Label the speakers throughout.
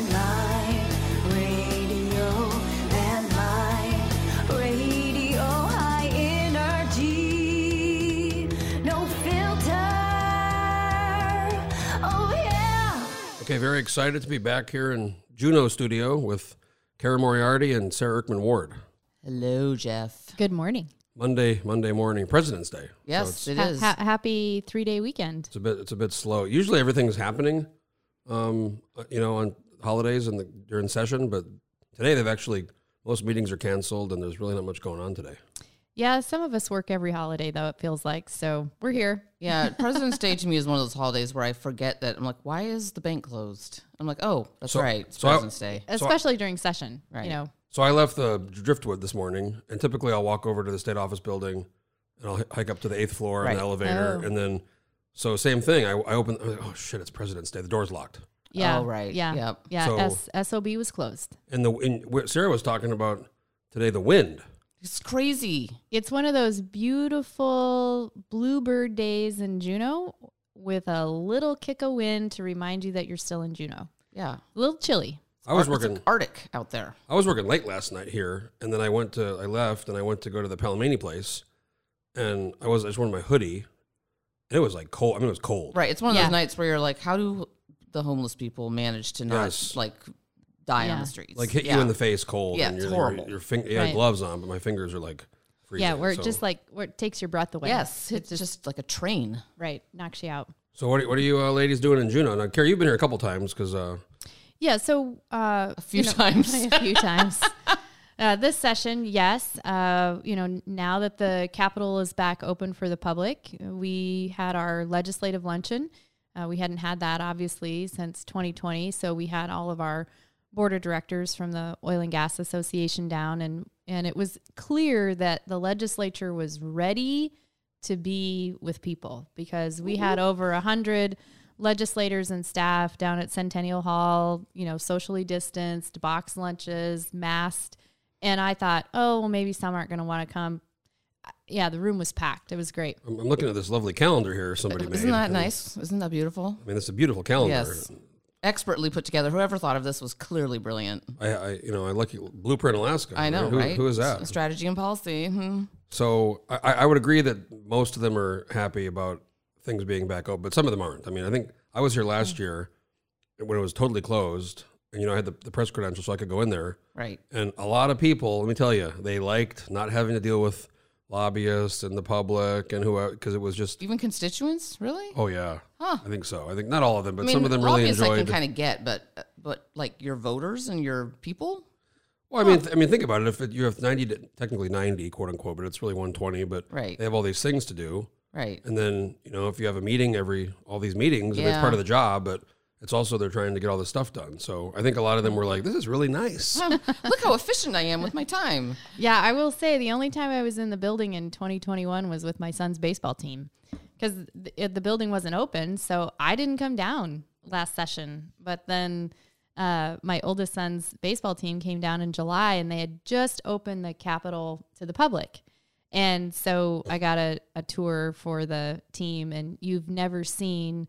Speaker 1: Landline radio, landline radio, high energy, no filter. Oh yeah.
Speaker 2: Okay, very excited to be back here in Juno Studio with Kara Moriarty and Sarah Erkman Ward.
Speaker 3: Hello, Jeff.
Speaker 4: Good morning.
Speaker 2: Monday, Monday morning, President's Day.
Speaker 3: Yes, it
Speaker 4: Ha-
Speaker 3: is.
Speaker 4: ha- happy three day weekend.
Speaker 2: It's a bit, it's a bit slow. Usually everything's happening, um, uh, you know, on holidays and the, during session, but today they've actually most meetings are canceled and there's really not much going on today.
Speaker 4: Yeah, some of us work every holiday though. It feels like so we're here.
Speaker 3: yeah, President's Day to me is one of those holidays where I forget that I'm like, why is the bank closed? I'm like, oh, that's
Speaker 2: So-
Speaker 3: right, it's
Speaker 2: so I-
Speaker 3: President's Day.
Speaker 4: Especially during session,
Speaker 3: Right.
Speaker 4: you know.
Speaker 2: So I left the driftwood this morning, and typically I'll walk over to the state office building, and I'll h- hike up to the eighth floor in
Speaker 3: Right.
Speaker 2: the elevator,
Speaker 4: Oh.
Speaker 2: and then so same thing. I, I open. I'm like, oh shit! It's President's Day. The door's locked.
Speaker 4: Yeah.
Speaker 3: Oh, right.
Speaker 4: Yeah.
Speaker 3: Yep.
Speaker 4: Yeah.
Speaker 2: So-
Speaker 4: S- SOB was closed.
Speaker 2: And the and what Sarah was talking about today, the wind.
Speaker 3: It's crazy.
Speaker 4: It's one of those beautiful bluebird days in Juneau with a little kick of wind to remind you that you're still in Juneau.
Speaker 3: Yeah,
Speaker 4: A little chilly.
Speaker 2: I was
Speaker 3: Ar- it's like
Speaker 2: working.
Speaker 3: Arctic out there.
Speaker 2: I was working late last night here, and then I went to. I left, and I went to go to the Palomini place, and I was. I just wanted my hoodie, and it was like cold. I mean, it was cold.
Speaker 3: Right, it's one of
Speaker 4: Yeah.
Speaker 3: those nights where you're like, how do the homeless people manage to not
Speaker 2: Yes.
Speaker 3: like die on
Speaker 4: Yeah.
Speaker 3: the streets?
Speaker 2: Like hit
Speaker 3: yeah.
Speaker 2: you in the face, cold.
Speaker 3: Yeah,
Speaker 2: and
Speaker 3: it's
Speaker 2: your, Your,
Speaker 3: horrible.
Speaker 2: your fing- yeah,
Speaker 4: Right.
Speaker 2: gloves on, but my fingers are like. Freezing,
Speaker 4: yeah, where it
Speaker 2: so-
Speaker 4: just like where it takes your breath away.
Speaker 3: Yes, it's just, like a train.
Speaker 4: Right. Knocks you out.
Speaker 2: So what are, what are you uh, ladies doing in Juneau? Now, Carrie, you've been here a couple times because uh,
Speaker 4: Yeah, so uh, a
Speaker 3: few times.
Speaker 4: a few times. Uh, this session, yes. Uh, you know, now that the Capitol is back open for the public, we had our legislative luncheon. Uh, we hadn't had that obviously since 2020, so we had all of our board of directors from the Oil and Gas Association down, and and it was clear that the legislature was ready to be with people because we had over a hundred legislators and staff down at Centennial Hall, you know, socially distanced, box lunches, masked. And I thought, oh, well, maybe some aren't going to want to come. Uh, Yeah, the room was packed. It was great.
Speaker 2: I'm, I'm looking at this lovely calendar here. Somebody made.
Speaker 3: Isn't that
Speaker 2: and-
Speaker 3: nice? Isn't that beautiful?
Speaker 2: I mean, it's a beautiful calendar.
Speaker 3: Yes. Expertly put together. Whoever thought of this was clearly brilliant.
Speaker 2: I, I, you know, I lucky Blueprint Alaska.
Speaker 3: I know,
Speaker 2: Who-
Speaker 3: right?
Speaker 2: Who is
Speaker 3: S-
Speaker 2: that?
Speaker 3: Strategy and policy. Hmm.
Speaker 2: So I, I I would agree that most of them are happy about things being back open, but some of them aren't. I mean, I think I was here
Speaker 3: Mm.
Speaker 2: last year when it was totally closed, and you know, I had the, the press credential, so I could go in there.
Speaker 3: Right.
Speaker 2: And a lot of people, let me tell you, they liked not having to deal with lobbyists and the public and who, because it was just
Speaker 3: Even constituents, really?
Speaker 2: Oh yeah, I think so. I think not all of them, but some of them really
Speaker 3: lobbyists I
Speaker 2: enjoyed.
Speaker 3: can kind of get, but but like your voters and your people,
Speaker 2: well, I mean, th- I mean, think about it. If it, you have ninety, to- technically ninety, quote unquote, but it's really one twenty. But
Speaker 3: Right.
Speaker 2: they have all these things to do,
Speaker 3: right?
Speaker 2: and then you know, if you have a meeting every all these meetings, and it's
Speaker 3: Yeah.
Speaker 2: part of the job, but it's also they're trying to get all this stuff done. So I think a lot of them were like, "This is really nice."
Speaker 3: Look how efficient I am with my time.
Speaker 4: Yeah, I will say the only time I was in the building in 2021 was with my son's baseball team because the, the building wasn't open. So I didn't come down last session. But then uh, my oldest son's baseball team came down in July and they had just opened the Capitol to the public. And so I got a, a tour for the team, and you've never seen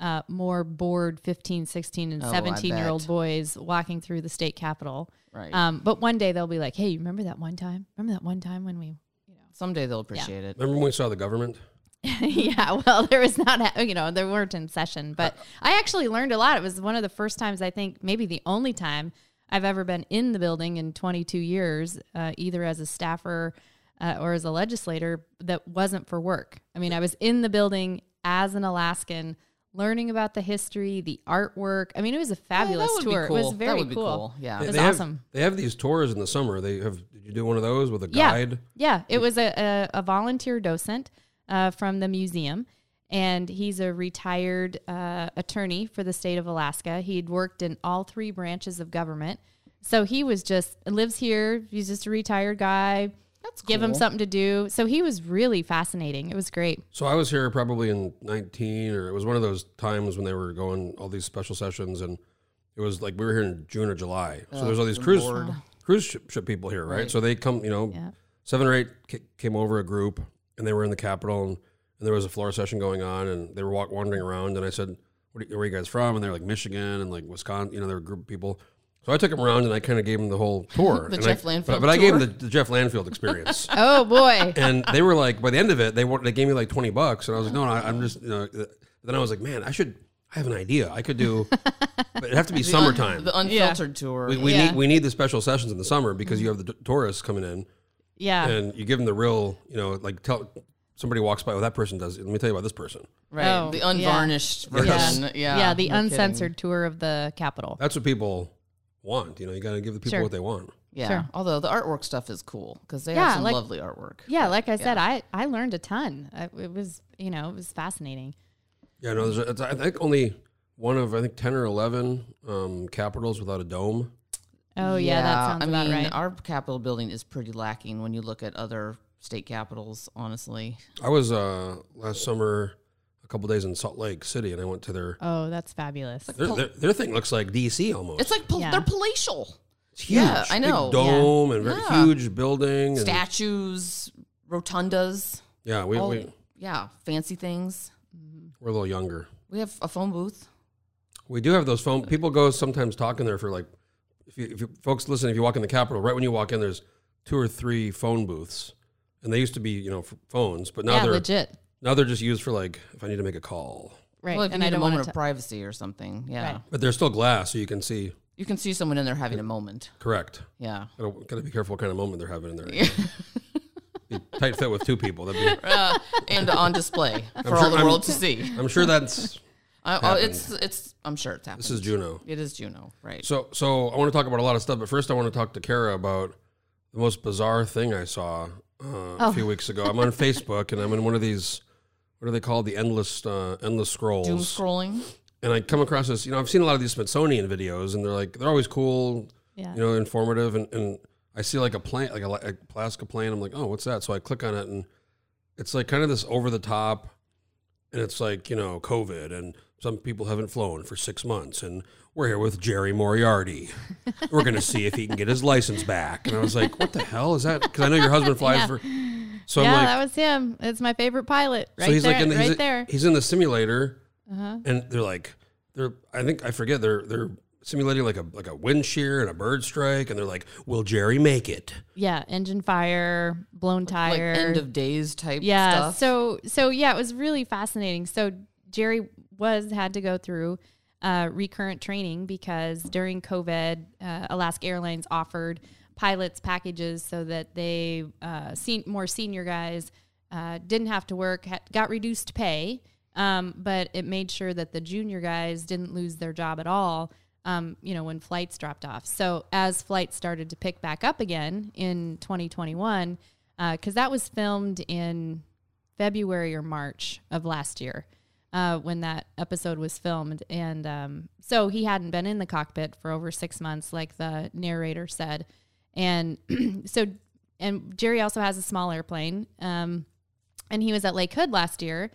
Speaker 4: uh, more bored 15, 16, and
Speaker 3: Oh, I
Speaker 4: 17 year old
Speaker 3: bet.
Speaker 4: boys walking through the state capitol.
Speaker 3: Right.
Speaker 4: Um, but one day they'll be like, "Hey, you remember that one time? Remember that one time when we?"
Speaker 3: Someday they'll appreciate it.
Speaker 2: Remember when we saw the government?
Speaker 4: yeah. Well, there was not, a, you know, there weren't in session, but I actually learned a lot. It was one of the first times I think, maybe the only time I've ever been in the building in 22 years, uh, either as a staffer uh, or as a legislator, that wasn't for work. I mean, I was in the building as an Alaskan. Learning about the history, the artwork. I mean, it was a fabulous
Speaker 3: would be
Speaker 4: tour. It
Speaker 3: cool.
Speaker 4: was
Speaker 3: That
Speaker 4: very
Speaker 3: would be
Speaker 4: cool.
Speaker 3: cool, yeah.
Speaker 4: it was
Speaker 2: they have-
Speaker 4: awesome.
Speaker 2: they have these tours in the summer. They have. Did you do one of those with a
Speaker 4: Yeah,
Speaker 2: guide?
Speaker 4: yeah. It was a, a, a volunteer docent uh, from the museum, and he's a retired uh, attorney for the state of Alaska. He'd worked in all three branches of government, so he was just lives here. He's just a retired guy.
Speaker 3: That's
Speaker 4: Give him
Speaker 3: cool.
Speaker 4: something to do. So he was really fascinating. It was great.
Speaker 2: So I was here probably in 19 or it was one of those times when they were going all these special sessions and it was like we were here in June or July.
Speaker 3: Oh,
Speaker 2: So there's all these cruise cruise ship, ship people here, right? So they come, you know,
Speaker 4: Yeah.
Speaker 2: seven or eight ca- came over a group and they were in the Capitol and, and there was a floor session going on and they were walk, wandering around and I said, what are, you- where are you guys from? And they're like Michigan and like Wisconsin. You know, they're a group of people. So I took them around and I kind of gave them the whole tour.
Speaker 3: The
Speaker 2: And
Speaker 3: Jeff
Speaker 2: I, but-
Speaker 3: Landfield
Speaker 2: But, I gave them
Speaker 3: tour.
Speaker 2: the, the Jeff Landfield experience.
Speaker 4: Oh boy.
Speaker 2: and they were like, by the end of it, they were, they gave me like twenty bucks, and I was like, no, no I, I'm just. You know, th- then I was like, man, I should. I have an idea. I could do, but it'd have to be summertime.
Speaker 3: The unfiltered tour.
Speaker 2: we we
Speaker 4: Yeah.
Speaker 2: need we need the special sessions in the summer because you have the t- tourists coming in
Speaker 4: yeah.
Speaker 2: and you give them the real, you know, like tell somebody walks by, well, that person does. it. Let me tell you about this person.
Speaker 3: right.
Speaker 4: Oh,
Speaker 3: the
Speaker 4: yeah.
Speaker 3: unvarnished version. Yeah.
Speaker 4: yeah. Yeah, the
Speaker 3: no kidding.
Speaker 4: uncensored tour of the Capitol.
Speaker 2: That's what people want. You know, you got to give the people
Speaker 4: Sure.
Speaker 2: what they want.
Speaker 3: Yeah.
Speaker 4: Sure.
Speaker 3: Although the artwork stuff is cool because they
Speaker 4: Yeah,
Speaker 3: have some
Speaker 4: like-
Speaker 3: lovely artwork.
Speaker 4: Yeah, like I said, I, I learned a ton. I, it was you know it was fascinating.
Speaker 2: Yeah, no, there's a, it's, I think only one of I think ten or eleven um, capitals without a dome.
Speaker 4: Oh yeah, that sounds
Speaker 3: I
Speaker 4: about
Speaker 3: mean,
Speaker 4: right.
Speaker 3: Our Capitol building is pretty lacking when you look at other state capitals. Honestly,
Speaker 2: I was uh, last summer a couple days in Salt Lake City, and I went to their
Speaker 4: oh, that's fabulous.
Speaker 2: their, their, their thing looks like DC almost.
Speaker 3: it's like pal-
Speaker 4: Yeah.
Speaker 3: they're palatial
Speaker 2: It's huge.
Speaker 3: yeah, I
Speaker 2: Big
Speaker 3: know.
Speaker 2: dome and very
Speaker 3: Yeah.
Speaker 2: huge building. And,
Speaker 3: statues, rotundas,
Speaker 2: Yeah, we,
Speaker 3: all,
Speaker 2: we
Speaker 3: yeah, fancy things.
Speaker 2: we're a little younger.
Speaker 3: We have a phone booth.
Speaker 2: We do have those phone. People go sometimes talking there for like, if you, if you folks listen, if you walk in the Capitol, right when you walk in, there's two or three phone booths, and they used to be you know f phones, but now
Speaker 4: Yeah,
Speaker 2: they're
Speaker 4: legit.
Speaker 2: now they're just used for like if I need to make a call.
Speaker 4: Right,
Speaker 3: Well, if
Speaker 4: and
Speaker 3: you
Speaker 4: I
Speaker 3: need a
Speaker 4: don't want
Speaker 3: moment
Speaker 4: to.
Speaker 3: of privacy or something, yeah,
Speaker 4: Right.
Speaker 2: But they're still glass, so you can see.
Speaker 3: you can see someone in there having a moment.
Speaker 2: Correct.
Speaker 3: Yeah.
Speaker 2: Gotta, gotta be careful what kind of moment they're having in there. Be tight fit with two people. That'd be,
Speaker 3: Uh, and on display for
Speaker 2: sure-
Speaker 3: all the
Speaker 2: I'm-
Speaker 3: world to see.
Speaker 2: I'm sure that's
Speaker 3: I, oh, it's it's. I'm sure it's happening.
Speaker 2: this is Juno.
Speaker 3: It is Juno, right?
Speaker 2: So so I want to talk about a lot of stuff, but first I want to talk to Kara about the most bizarre thing I saw uh, a few weeks ago. I'm on Facebook and I'm in one of these what are they called? The endless uh, endless scrolls.
Speaker 3: Doom scrolling.
Speaker 2: and I come across this, you know, I've seen a lot of these Smithsonian videos, and they're like they're always cool,
Speaker 4: Yeah.
Speaker 2: you know, informative, and, and I see like a plane, like a, la- a Plasca plane, I'm like, oh, what's that? So I click on it, and it's like kind of this over the top, and it's like you know, COVID, and some people haven't flown for six months, and we're here with Jerry Moriarty. we're gonna see if he can get his license back, and I was like, what the hell is that? Because I know your husband flies for, so
Speaker 4: yeah,
Speaker 2: I'm like,
Speaker 4: that was him. It's my favorite pilot. Right
Speaker 2: so he's
Speaker 4: there,
Speaker 2: like in the,
Speaker 4: right
Speaker 2: he's,
Speaker 4: there. Uh-huh.
Speaker 2: he's in the simulator, and they're like they're I think I forget they're they're simulating like a like a wind shear and a bird strike, and they're like, will Jerry make it?
Speaker 4: Yeah, engine fire, blown
Speaker 3: Like
Speaker 4: tire.
Speaker 3: end of days type
Speaker 4: yeah.
Speaker 3: stuff.
Speaker 4: So so yeah, it was really fascinating. So Jerry was had to go through uh, recurrent training because during COVID, uh, Alaska Airlines offered pilots packages so that they uh, sen- more senior guys uh, didn't have to work, ha- got reduced pay, um, but it made sure that the junior guys didn't lose their job at all. Um, you know, when flights dropped off. So as flights started to pick back up again in 2021, because that was filmed in February or March of last year uh, when that episode was filmed. And um, so he hadn't been in the cockpit for over six months, like the narrator said. And so, and Jerry also has a small airplane. Um, and he was at Lake Hood last year.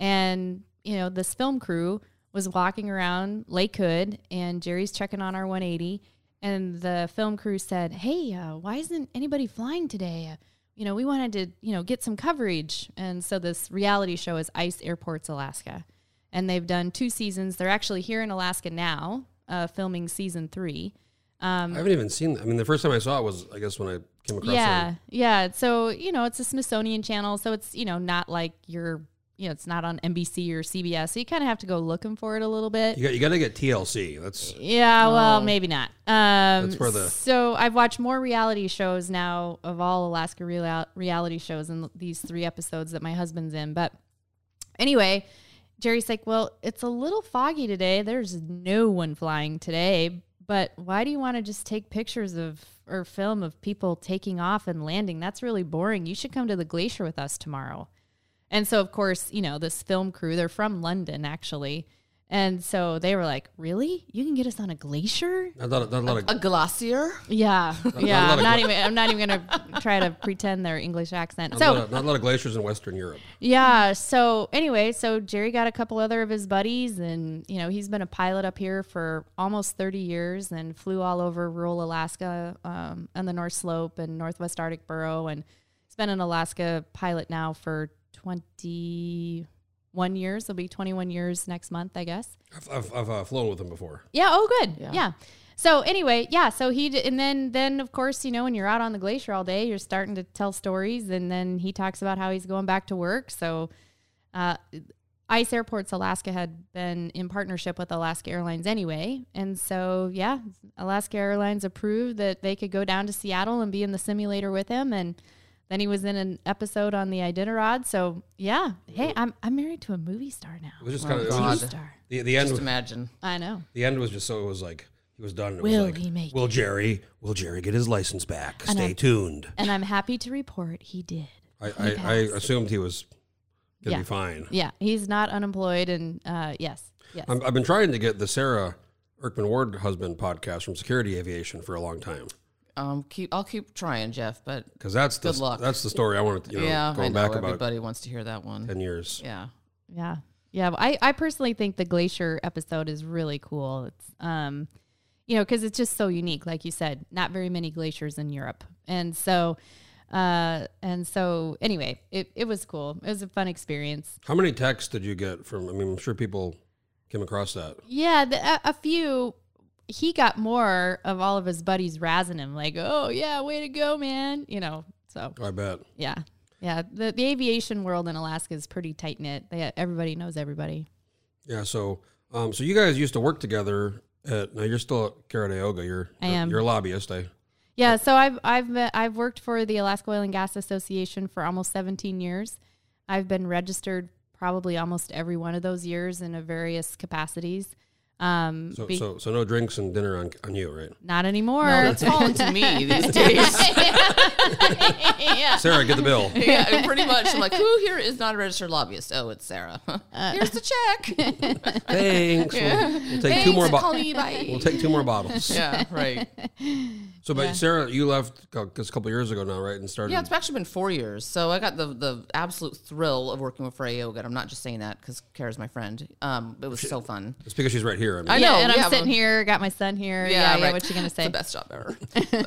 Speaker 4: And, you know, this film crew was walking around Lake Hood, and Jerry's checking on our 180. And the film crew said, Hey, uh, why isn't anybody flying today? Uh, you know, we wanted to, you know, get some coverage. And so this reality show is Ice Airports Alaska. And they've done two seasons. They're actually here in Alaska now, uh, filming season three. Um,
Speaker 2: I haven't even seen. that. I mean, the first time I saw it was I guess when I came across.
Speaker 4: Yeah,
Speaker 2: it.
Speaker 4: yeah. So you know, it's a Smithsonian channel, so it's you know not like your you know it's not on NBC or CBS, so you kind of have to go looking for it a little bit.
Speaker 2: you got you got to get TLC. That's
Speaker 4: Yeah, well, maybe not. Um,
Speaker 2: Oh. That's where the-
Speaker 4: so I've watched more reality shows now of all Alaska real- reality shows than these three episodes that my husband's in. But anyway, Jerry's like, well, it's a little foggy today. There's no one flying today. But why do you want to just take pictures of or film of people taking off and landing? That's really boring. You should come to the glacier with us tomorrow. And so, of course, you know, this film crew, they're from London actually. And so they were like, really? You can get us on a glacier?
Speaker 2: not, not, not a lot of.
Speaker 3: a glacier.
Speaker 4: Yeah.
Speaker 2: a
Speaker 4: Yeah.
Speaker 2: lot
Speaker 4: I'm
Speaker 2: of
Speaker 4: not
Speaker 2: gla-
Speaker 4: even, I'm not even going to try to pretend their English accent.
Speaker 2: not a
Speaker 4: So,
Speaker 2: lot of- not a lot of glaciers in Western Europe.
Speaker 4: yeah. So anyway, so Jerry got a couple other of his buddies, and you know he's been a pilot up here for almost thirty years, and flew all over rural Alaska um, on the North Slope and Northwest Arctic Burrow, and he's been an Alaska pilot now for twenty one years. It'll be 21 years next month, I guess.
Speaker 2: I've, I've, I've uh, flown with him before.
Speaker 4: Yeah. Oh, good.
Speaker 3: Yeah.
Speaker 4: Yeah. So anyway, yeah. So he d- and then then of course you know when you're out on the glacier all day, you're starting to tell stories, and then he talks about how he's going back to work. So, uh, Ice Airports Alaska had been in partnership with Alaska Airlines anyway, and so yeah, Alaska Airlines approved that they could go down to Seattle and be in the simulator with him, and then he was in an episode on the Iditarod. So yeah, hey, I'm I'm married to a movie star now.
Speaker 2: It was just
Speaker 3: Oh,
Speaker 2: kind of
Speaker 3: God.
Speaker 4: Star.
Speaker 2: the, the end.
Speaker 3: Just
Speaker 2: was-
Speaker 3: imagine.
Speaker 4: I know.
Speaker 2: The end was just so it was like he was done. It
Speaker 4: Will
Speaker 2: was like,
Speaker 4: he make
Speaker 2: Will Jerry? Will Jerry get his license back?
Speaker 4: I know.
Speaker 2: Stay tuned.
Speaker 4: And I'm happy to report he did.
Speaker 2: I,
Speaker 4: He
Speaker 2: I, I
Speaker 4: passed.
Speaker 2: assumed he was gonna
Speaker 4: Yeah.
Speaker 2: be fine.
Speaker 4: Yeah, he's not unemployed, and uh, yes, yes.
Speaker 2: I'm, I've been trying to get the Sarah Erkman Ward husband podcast from Security Aviation for a long time
Speaker 3: Um, keep. I'll keep trying, Jeff. But
Speaker 2: because that's the
Speaker 3: Good luck.
Speaker 2: that's the story I wanted. to- You know,
Speaker 3: yeah, I
Speaker 2: going
Speaker 3: know
Speaker 2: back about
Speaker 3: everybody wants to hear that one.
Speaker 2: ten years.
Speaker 3: Yeah.
Speaker 4: yeah, yeah. I I personally think the glacier episode is really cool. It's um, you know, because it's just so unique. Like you said, not very many glaciers in Europe, and so. Uh, and so anyway, it, it was cool. It was a fun experience.
Speaker 2: How many texts did you get from? I mean, I'm sure people came across that.
Speaker 4: Yeah, the, a, a few. He got more of all of his buddies razzing him, like, "Oh yeah, way to go, man!" You know. So
Speaker 2: I bet.
Speaker 4: yeah, yeah. The the aviation world in Alaska is pretty tight knit. They everybody knows everybody.
Speaker 2: Yeah. So, um, so you guys used to work together. At, now you're still at Caradayoga. You're
Speaker 4: I am.
Speaker 2: you're a lobbyist. eh? I
Speaker 4: Yeah. So I've I've been, I've worked for the Alaska Oil and Gas Association for almost 17 years. I've been registered probably almost every one of those years in a various capacities. Um,
Speaker 2: so
Speaker 4: be-
Speaker 2: so so no drinks and dinner on on you, right?
Speaker 4: not anymore.
Speaker 3: No, that's falling to me these days.
Speaker 4: yeah.
Speaker 2: Sarah, get the bill.
Speaker 3: yeah, and pretty much. I'm like, who here is not a registered lobbyist? Oh, it's Sarah. Here's the check.
Speaker 2: Thanks. We'll, we'll take Uh. two more
Speaker 3: Call
Speaker 2: bottles.
Speaker 3: me
Speaker 2: We'll
Speaker 3: by.
Speaker 2: take two more bottles.
Speaker 3: Yeah, right.
Speaker 2: So, but Sarah, you left a cou- just a couple years ago now, right? And started.
Speaker 3: Yeah, it's actually been four years. So I got the the absolute thrill of working with Freya Yoga. and I'm not just saying that because Kara's my friend. Um, it was so fun.
Speaker 2: it's because she's right here. I mean,
Speaker 3: I
Speaker 4: Yeah,
Speaker 3: know,
Speaker 4: and I'm
Speaker 3: yeah,
Speaker 4: sitting
Speaker 3: but-
Speaker 4: here, got my son here. Yeah, yeah.
Speaker 3: right.
Speaker 4: what you gonna
Speaker 3: It's
Speaker 4: say?
Speaker 3: the best job ever.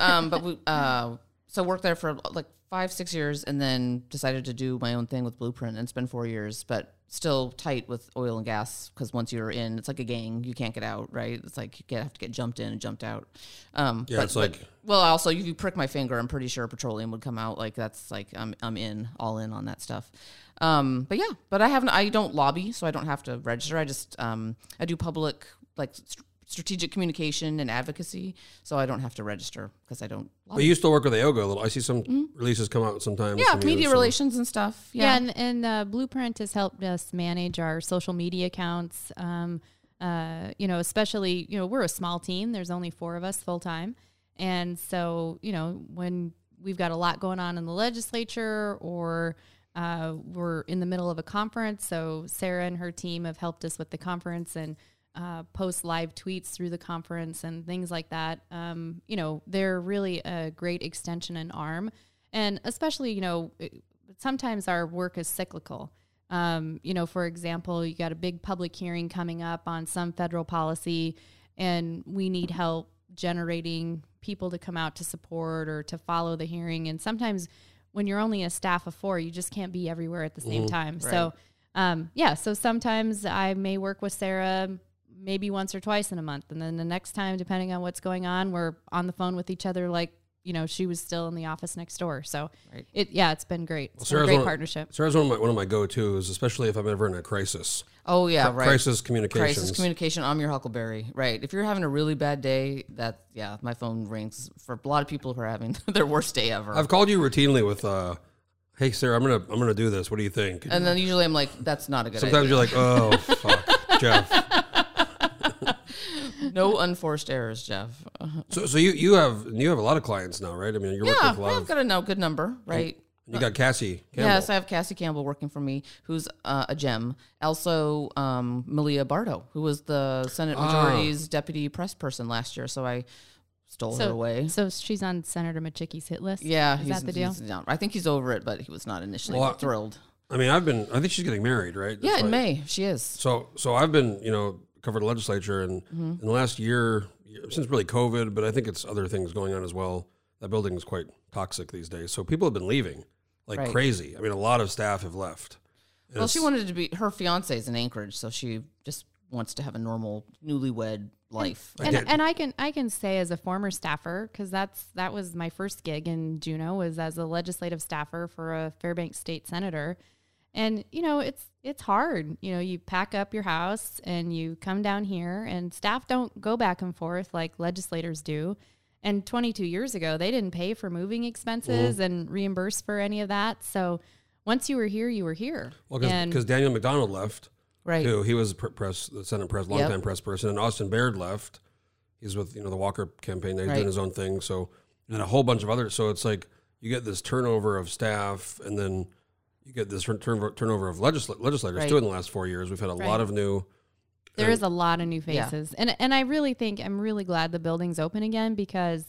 Speaker 3: um, but we uh, so worked there for like five, six years, and then decided to do my own thing with Blueprint, and it's been four years, but still tight with oil and gas because once you're in, it's like a gang. You can't get out, right? It's like you get, have to get jumped in and jumped out. Um,
Speaker 2: Yeah,
Speaker 3: but-
Speaker 2: it's
Speaker 3: but-
Speaker 2: like-
Speaker 3: well, also if you prick my finger, I'm pretty sure petroleum would come out. Like that's like I'm I'm in all in on that stuff. Um, but yeah, but I haven't. I don't lobby, so I don't have to register. I just um, I do public like st- strategic communication and advocacy, so I don't have to register because I don't.
Speaker 2: but
Speaker 3: Lobby.
Speaker 2: you still work with Ayoga a little. I see some releases come out sometimes.
Speaker 3: Mm-hmm. yeah,
Speaker 2: from you,
Speaker 3: media
Speaker 2: so-
Speaker 3: relations and stuff.
Speaker 4: Yeah,
Speaker 3: Yeah,
Speaker 4: and, and uh, Blueprint has helped us manage our social media accounts. Um, uh, you know, especially you know we're a small team. There's only four of us full time, and so you know when we've got a lot going on in the legislature or uh, we're in the middle of a conference. So Sarah and her team have helped us with the conference and uh, post live tweets through the conference and things like that. Um, you know, they're really a great extension and arm, and especially you know it- sometimes our work is cyclical. Um, you know, for example, you got a big public hearing coming up on some federal policy, and we need help generating people to come out to support or to follow the hearing. And sometimes when you're only a staff of four, you just can't be everywhere at the same time. So, um, yeah, so sometimes I may work with Sarah maybe once or twice in a month. And then the next time, depending on what's going on, we're on the phone with each other like, you know, she was still in the office next door. So
Speaker 3: Right.
Speaker 4: it, yeah, it's been great. It's been
Speaker 2: Sarah's
Speaker 4: a
Speaker 2: one
Speaker 4: great
Speaker 2: of-
Speaker 4: partnership.
Speaker 2: Sarah's one of my one of my go tos, especially if I'm ever in a crisis.
Speaker 3: oh yeah, right.
Speaker 2: Crisis communications.
Speaker 3: Crisis communication. I'm your Huckleberry. Right. If you're having a really bad day, that yeah, my phone rings for a lot of people who are having their worst day ever.
Speaker 2: I've called you routinely with, uh, "Hey Sarah, I'm gonna I'm gonna do this. What do you think?"
Speaker 3: and then usually I'm like, that's not a good
Speaker 2: Sometimes
Speaker 3: idea.
Speaker 2: you're like, "Oh fuck, Jeff."
Speaker 3: no unforced errors, Jeff.
Speaker 2: So so you you have you have a lot of clients now, right? I mean, you're working
Speaker 3: Yeah,
Speaker 2: with a lot
Speaker 3: I've
Speaker 2: of.
Speaker 3: got a no, good number, right?
Speaker 2: You got Cassie. Campbell.
Speaker 3: Yes, I have Cassie Campbell working for me, who's uh, a gem. Also, um, Malia Bardo, who was the Senate
Speaker 2: Ah.
Speaker 3: Majority's deputy press person last year. So I stole her away.
Speaker 4: So she's on Senator Machicki's hit list.
Speaker 3: yeah,
Speaker 4: is that the deal?
Speaker 3: he's down. I think he's over it, but he was not initially
Speaker 2: Well, I-
Speaker 3: thrilled.
Speaker 2: I mean, I've been. I think she's getting married, right?
Speaker 3: Yeah,
Speaker 2: That's
Speaker 3: in
Speaker 2: why-
Speaker 3: May she is.
Speaker 2: So, so I've been, you know, covered the legislature, and in the last year, since really COVID, but I think it's other things going on as well. That building is quite toxic these days, so people have been leaving like
Speaker 3: Right.
Speaker 2: crazy. I mean, a lot of staff have left,
Speaker 3: Well, she
Speaker 2: It's-
Speaker 3: wanted to be her fiance is in Anchorage, so she just wants to have a normal newlywed life.
Speaker 2: I
Speaker 4: and,
Speaker 2: did.
Speaker 4: and I can I can say as a former staffer because that's that was my first gig in Juneau was as a legislative staffer for a Fairbanks state senator, and you know it's it's hard. You know you pack up your house and you come down here, and staff don't go back and forth like legislators do. And 22 years ago, they didn't pay for moving expenses and reimburse for any of that. So once you were here, you were here.
Speaker 2: Well, because
Speaker 4: and
Speaker 2: Daniel McDonald left
Speaker 3: Right.
Speaker 2: too. He was a pr- press, the Senate press,
Speaker 3: Yep.
Speaker 2: longtime press person, and Austin Baird left. He's with you know the Walker campaign. They're
Speaker 3: Right.
Speaker 2: doing his own thing. So and a whole bunch of others. So it's like you get this turnover of staff, and then you get this turn- turn- turnover of legisl- legislators
Speaker 3: Right.
Speaker 2: too. In the last four years, we've had a lot
Speaker 4: Right.
Speaker 2: of new.
Speaker 4: There is a lot of new
Speaker 3: Yeah.
Speaker 4: faces. And and I really think I'm really glad the building's open again because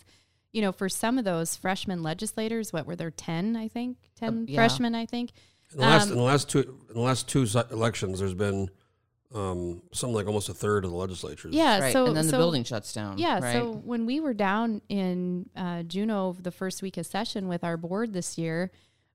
Speaker 4: you know, for some of those freshman legislators, what were there 10, I think, 10
Speaker 3: Uh, yeah.
Speaker 4: freshmen, I think.
Speaker 2: In the
Speaker 3: Um,
Speaker 2: last in the last two in the last two si- elections, there's been um, something like almost a third of the legislatures.
Speaker 4: Yeah,
Speaker 3: right.
Speaker 4: so
Speaker 3: and then
Speaker 4: so,
Speaker 3: the building shuts down.
Speaker 4: Yeah,
Speaker 3: Right.
Speaker 4: so when we were down in uh, Juneau the first week of session with our board this year,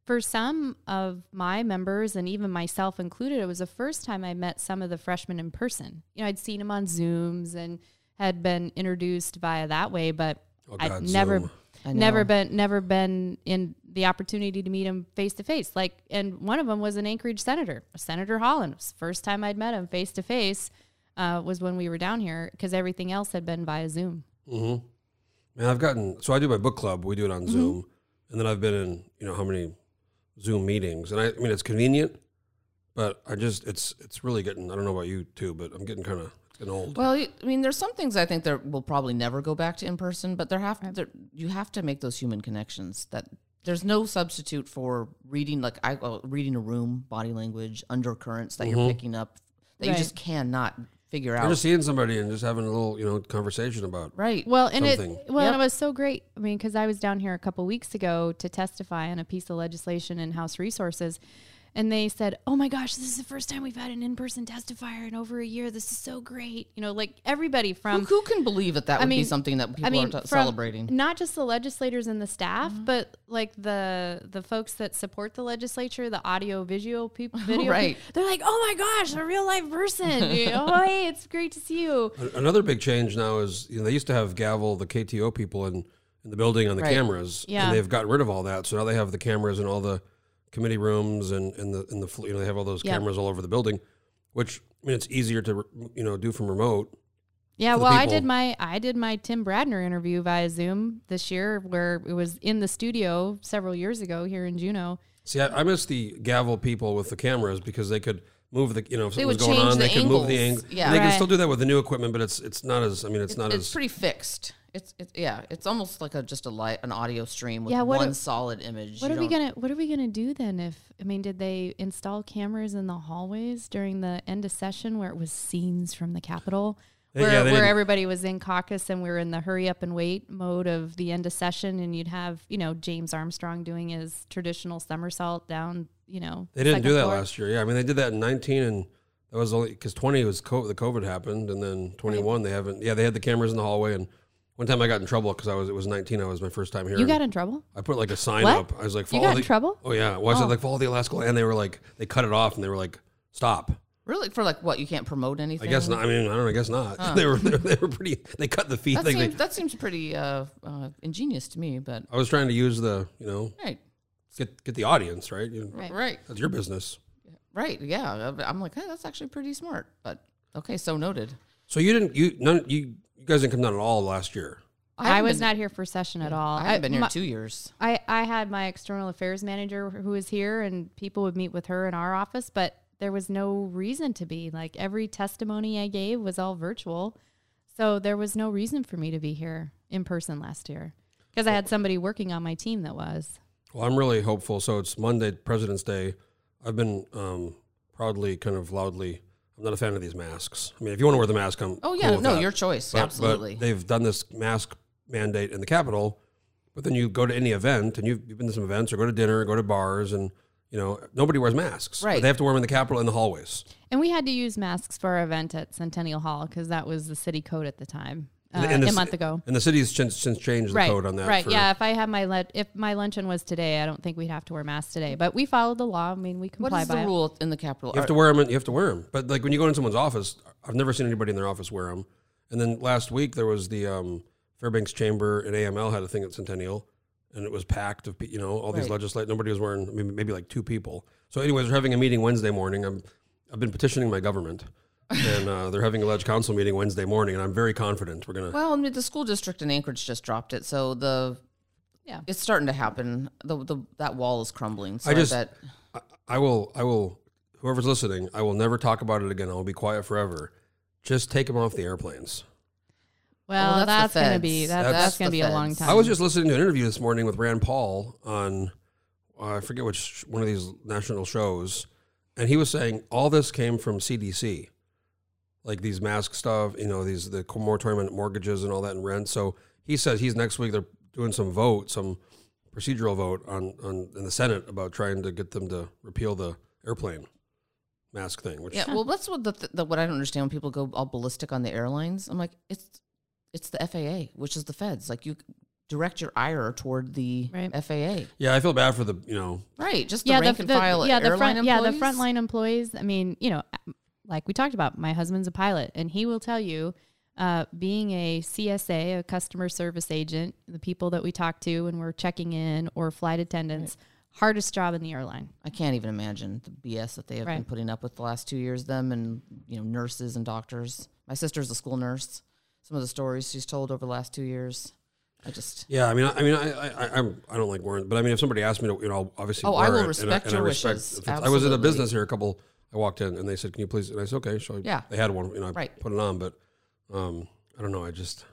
Speaker 4: for some of my members and even myself included, it was the first time I met some of the freshmen in person. You know, I'd seen them on Zooms and had been introduced via that way, but
Speaker 2: Oh,
Speaker 4: I've
Speaker 2: God,
Speaker 4: never
Speaker 2: Zoom.
Speaker 3: I
Speaker 4: never
Speaker 3: know.
Speaker 4: been never been in the opportunity to meet him face to face. Like, and one of them was an Anchorage senator, Senator Holland. It was the first time I'd met him face to face uh, was when we were down here because everything else had been via Zoom.
Speaker 2: Man, I've gotten so I do my book club. We do it on
Speaker 4: Mm-hmm.
Speaker 2: Zoom, and then I've been in you know how many Zoom meetings, and I, I mean it's convenient, but I just it's it's really getting. I don't know about you too, but I'm getting kind of it's getting old.
Speaker 3: Well, you- I mean, there's some things I think that will probably never go back to in person, but there have there, you have to make those human connections. That there's no substitute for reading, like I well, reading a room, body language, undercurrents that you're picking up that
Speaker 4: Right.
Speaker 3: you just cannot figure
Speaker 2: I'm
Speaker 3: out.
Speaker 2: Mm-hmm. just seeing somebody and just having a little you know conversation about
Speaker 3: right.
Speaker 4: Well, and
Speaker 2: Something.
Speaker 4: it well, and
Speaker 3: Yep.
Speaker 4: it was so great. I mean, because I was down here a couple weeks ago to testify on a piece of legislation in House Resources, and they said, "Oh my gosh, this is the first time we've had an in-person testifier in over a year. This is so great." You know, like everybody
Speaker 3: who,
Speaker 4: from
Speaker 3: who can believe that that would be
Speaker 4: mean-
Speaker 3: something that people are t-
Speaker 4: from
Speaker 3: celebrating?
Speaker 4: Not just the legislators and the staff, but like the the folks that support the legislature, the audio visual people, video
Speaker 3: Right.
Speaker 4: peop- They're like, oh my gosh, a real life person. You know, "Oh, hey, it's great to see you.
Speaker 2: An- Another big change now is you know, they used to have gavel the KTO people in, in the building on the
Speaker 3: Right.
Speaker 2: cameras,
Speaker 4: Yeah.
Speaker 2: and they've gotten rid of all that. So now they have the cameras in all the committee rooms and in the in the fl- you know they have all those
Speaker 4: Yeah.
Speaker 2: cameras all over the building, which I mean it's easier to re- you know do from remote.
Speaker 4: Yeah,
Speaker 2: for the
Speaker 4: well, I
Speaker 2: people.
Speaker 4: did my I did my Tim Bradner interview via Zoom this year, where it was in the studio several years ago here in Juneau.
Speaker 2: See, I, I miss the gavel people with the cameras because they could move the you know if
Speaker 3: They
Speaker 2: something was
Speaker 3: would
Speaker 2: going
Speaker 3: change
Speaker 2: on
Speaker 3: the
Speaker 2: they could move the
Speaker 3: angles.
Speaker 2: angle.
Speaker 3: Yeah.
Speaker 2: and they can
Speaker 4: Right.
Speaker 2: still do that with the new equipment, but it's it's not as I mean it's not
Speaker 3: It's
Speaker 2: as
Speaker 3: pretty fixed. It's, it's yeah. It's almost like a just a light an audio stream with
Speaker 4: Yeah, what
Speaker 3: one
Speaker 4: are-
Speaker 3: solid image.
Speaker 4: What
Speaker 3: You
Speaker 4: are we
Speaker 3: don't-
Speaker 4: gonna What are we gonna do then? If I mean, did they install cameras in the hallways during the end of session where it was scenes from the Capitol,
Speaker 2: Yeah,
Speaker 4: where,
Speaker 2: they
Speaker 4: where
Speaker 2: didn't-
Speaker 4: everybody was in caucus and we were in the hurry up and wait mode of the end of session, and you'd have you know James Armstrong doing his traditional somersault down, you know.
Speaker 2: they didn't
Speaker 4: second
Speaker 2: do that
Speaker 4: floor.
Speaker 2: last year. Yeah, I mean they did that in nineteen and. That was only because twenty was COVID, the COVID happened, and then twenty one they haven't. Yeah, they had the cameras in the hallway, and one time I got in trouble because I was it was nineteen. I was my first time here.
Speaker 4: You
Speaker 2: and
Speaker 4: got in trouble.
Speaker 2: I put like a sign
Speaker 4: What?
Speaker 2: up. I was like,
Speaker 4: You
Speaker 2: follow
Speaker 4: got
Speaker 2: the
Speaker 4: in trouble?
Speaker 2: Oh yeah, well, I said like follow the Alaska, Land," and they were like they cut it off and they were like stop.
Speaker 3: really for like what you can't promote
Speaker 2: I
Speaker 3: anything?
Speaker 2: guess not. I mean, I don't. know, I guess not. they were they were, they were pretty. They cut the feed.
Speaker 3: That
Speaker 2: like, they-
Speaker 3: seems that seems pretty uh, uh, ingenious to me, but
Speaker 2: I was trying to use the, you know,
Speaker 3: right,
Speaker 2: get get the audience right. You-
Speaker 4: Right.
Speaker 3: right,
Speaker 2: That's your business.
Speaker 3: right. Yeah, I'm like, hey, that's actually pretty smart. But okay, so noted.
Speaker 2: So you didn't you none you you guys didn't come down at all last year.
Speaker 4: I,
Speaker 3: haven't
Speaker 4: was
Speaker 3: been-
Speaker 4: not here for session at all.
Speaker 3: I haven't been here
Speaker 4: my-
Speaker 3: two years.
Speaker 4: I, I had my external affairs manager who was here, and people would meet with her in our office, but there was no reason to be. Like every testimony I gave was all virtual. So there was no reason for me to be here in person last year because I had somebody working on my team that was.
Speaker 2: Well, I'm really hopeful. So it's Monday, President's Day. I've been um, proudly, kind of loudly. I'm not a fan of these masks. I mean, if you want to wear the mask, I'm.
Speaker 3: Oh yeah,
Speaker 2: cool with
Speaker 3: no,
Speaker 2: that.
Speaker 3: your choice,
Speaker 2: But- but
Speaker 3: absolutely.
Speaker 2: they've done this mask mandate in the Capitol, but then you go to any event, and you've, you've been to some events, or go to dinner, or go to bars, and you know nobody wears masks. But
Speaker 3: Right.
Speaker 2: they have to wear them in the Capitol in the hallways.
Speaker 4: And we had to use masks for our event at Centennial Hall because that was the city code at the time. uh,
Speaker 2: And the
Speaker 4: a
Speaker 2: ci-
Speaker 4: month ago.
Speaker 2: And the city's since, since changed the code on that.
Speaker 4: Right.
Speaker 2: for-
Speaker 4: yeah. If I had my le- if my luncheon was today, I don't think we'd have to wear masks today. But we followed the law. I mean, we comply
Speaker 3: What is
Speaker 4: by
Speaker 3: the
Speaker 4: it.
Speaker 3: rule in the capital?
Speaker 2: You have to wear them. You have to wear 'em. But like when you go in someone's office, I've never seen anybody in their office wear them. And then last week there was the um, Fairbanks Chamber and AML had a thing at Centennial, and it was packed of pe- you know all these
Speaker 3: Right.
Speaker 2: legislators. Nobody was wearing maybe, maybe like two people. So anyways, they're having a meeting Wednesday morning. I'm I've been petitioning my government, and uh, they're having a ledge council meeting Wednesday morning, and I'm very confident we're gonna.
Speaker 3: Well, I mean, the school district in Anchorage just dropped it, so the
Speaker 4: Yeah.
Speaker 3: it's starting to happen. The, the that wall is crumbling. So
Speaker 2: I
Speaker 3: I
Speaker 2: just-
Speaker 3: bet-
Speaker 2: I, I will. I will. Whoever's listening, I will never talk about it again. I will be quiet forever. Just take them off the airplanes.
Speaker 4: Well,
Speaker 3: Well, that's
Speaker 4: that's,
Speaker 3: the
Speaker 4: gonna
Speaker 3: feds.
Speaker 4: be that,
Speaker 2: That's-
Speaker 4: that's, gonna
Speaker 3: the
Speaker 4: be a long
Speaker 3: feds.
Speaker 4: time.
Speaker 2: I was just listening to an interview this morning with Rand Paul on uh, I forget which one of these national shows, and he was saying all this came from CDC, like these mask stuff, you know, these the moratorium on mortgages and all that and rent. So he says he's next week they're doing some vote, some procedural vote on on in the Senate about trying to get them to repeal the airplane mask thing. Which
Speaker 3: yeah. Well, that's what the, the what I don't understand when people go all ballistic on the airlines. I'm like, it's it's the FAA, which is the feds. Like you direct your ire toward the
Speaker 4: Right.
Speaker 3: FAA,
Speaker 2: yeah, I feel bad for the you know
Speaker 3: right? Just the
Speaker 4: yeah, the,
Speaker 3: rank and
Speaker 4: the-
Speaker 3: file.
Speaker 4: yeah, the
Speaker 3: airline
Speaker 4: front yeah the
Speaker 3: employees.
Speaker 4: frontline employees. I mean, you know, uh, like we talked about, my husband's a pilot, and he will tell you, uh, being a CSA, a customer service agent, the people that we talk to when we're checking in or flight attendants, hardest job in the airline.
Speaker 3: I can't even imagine the BS that they have been
Speaker 4: Right.
Speaker 3: putting up with the last two years. Them and you know nurses and doctors. My sister's a school nurse. Some of the stories she's told over the last two years, I just
Speaker 2: Yeah, I mean, I, I mean, I, I, I, I'm- I don't like wearing, but I mean, if somebody asked me to, you know, I'll obviously.
Speaker 3: Oh, I
Speaker 2: wear
Speaker 3: will
Speaker 2: it, and
Speaker 3: respect
Speaker 2: and
Speaker 3: your
Speaker 2: respect-
Speaker 3: wishes.
Speaker 2: if it's- I was at a
Speaker 3: Absolutely.
Speaker 2: business here a couple. I walked in and they said, "Can you please?" And I said, "Okay." So I,
Speaker 3: Yeah.
Speaker 2: they had one, you know, I
Speaker 3: Right.
Speaker 2: put it on, but um, I don't know. I just,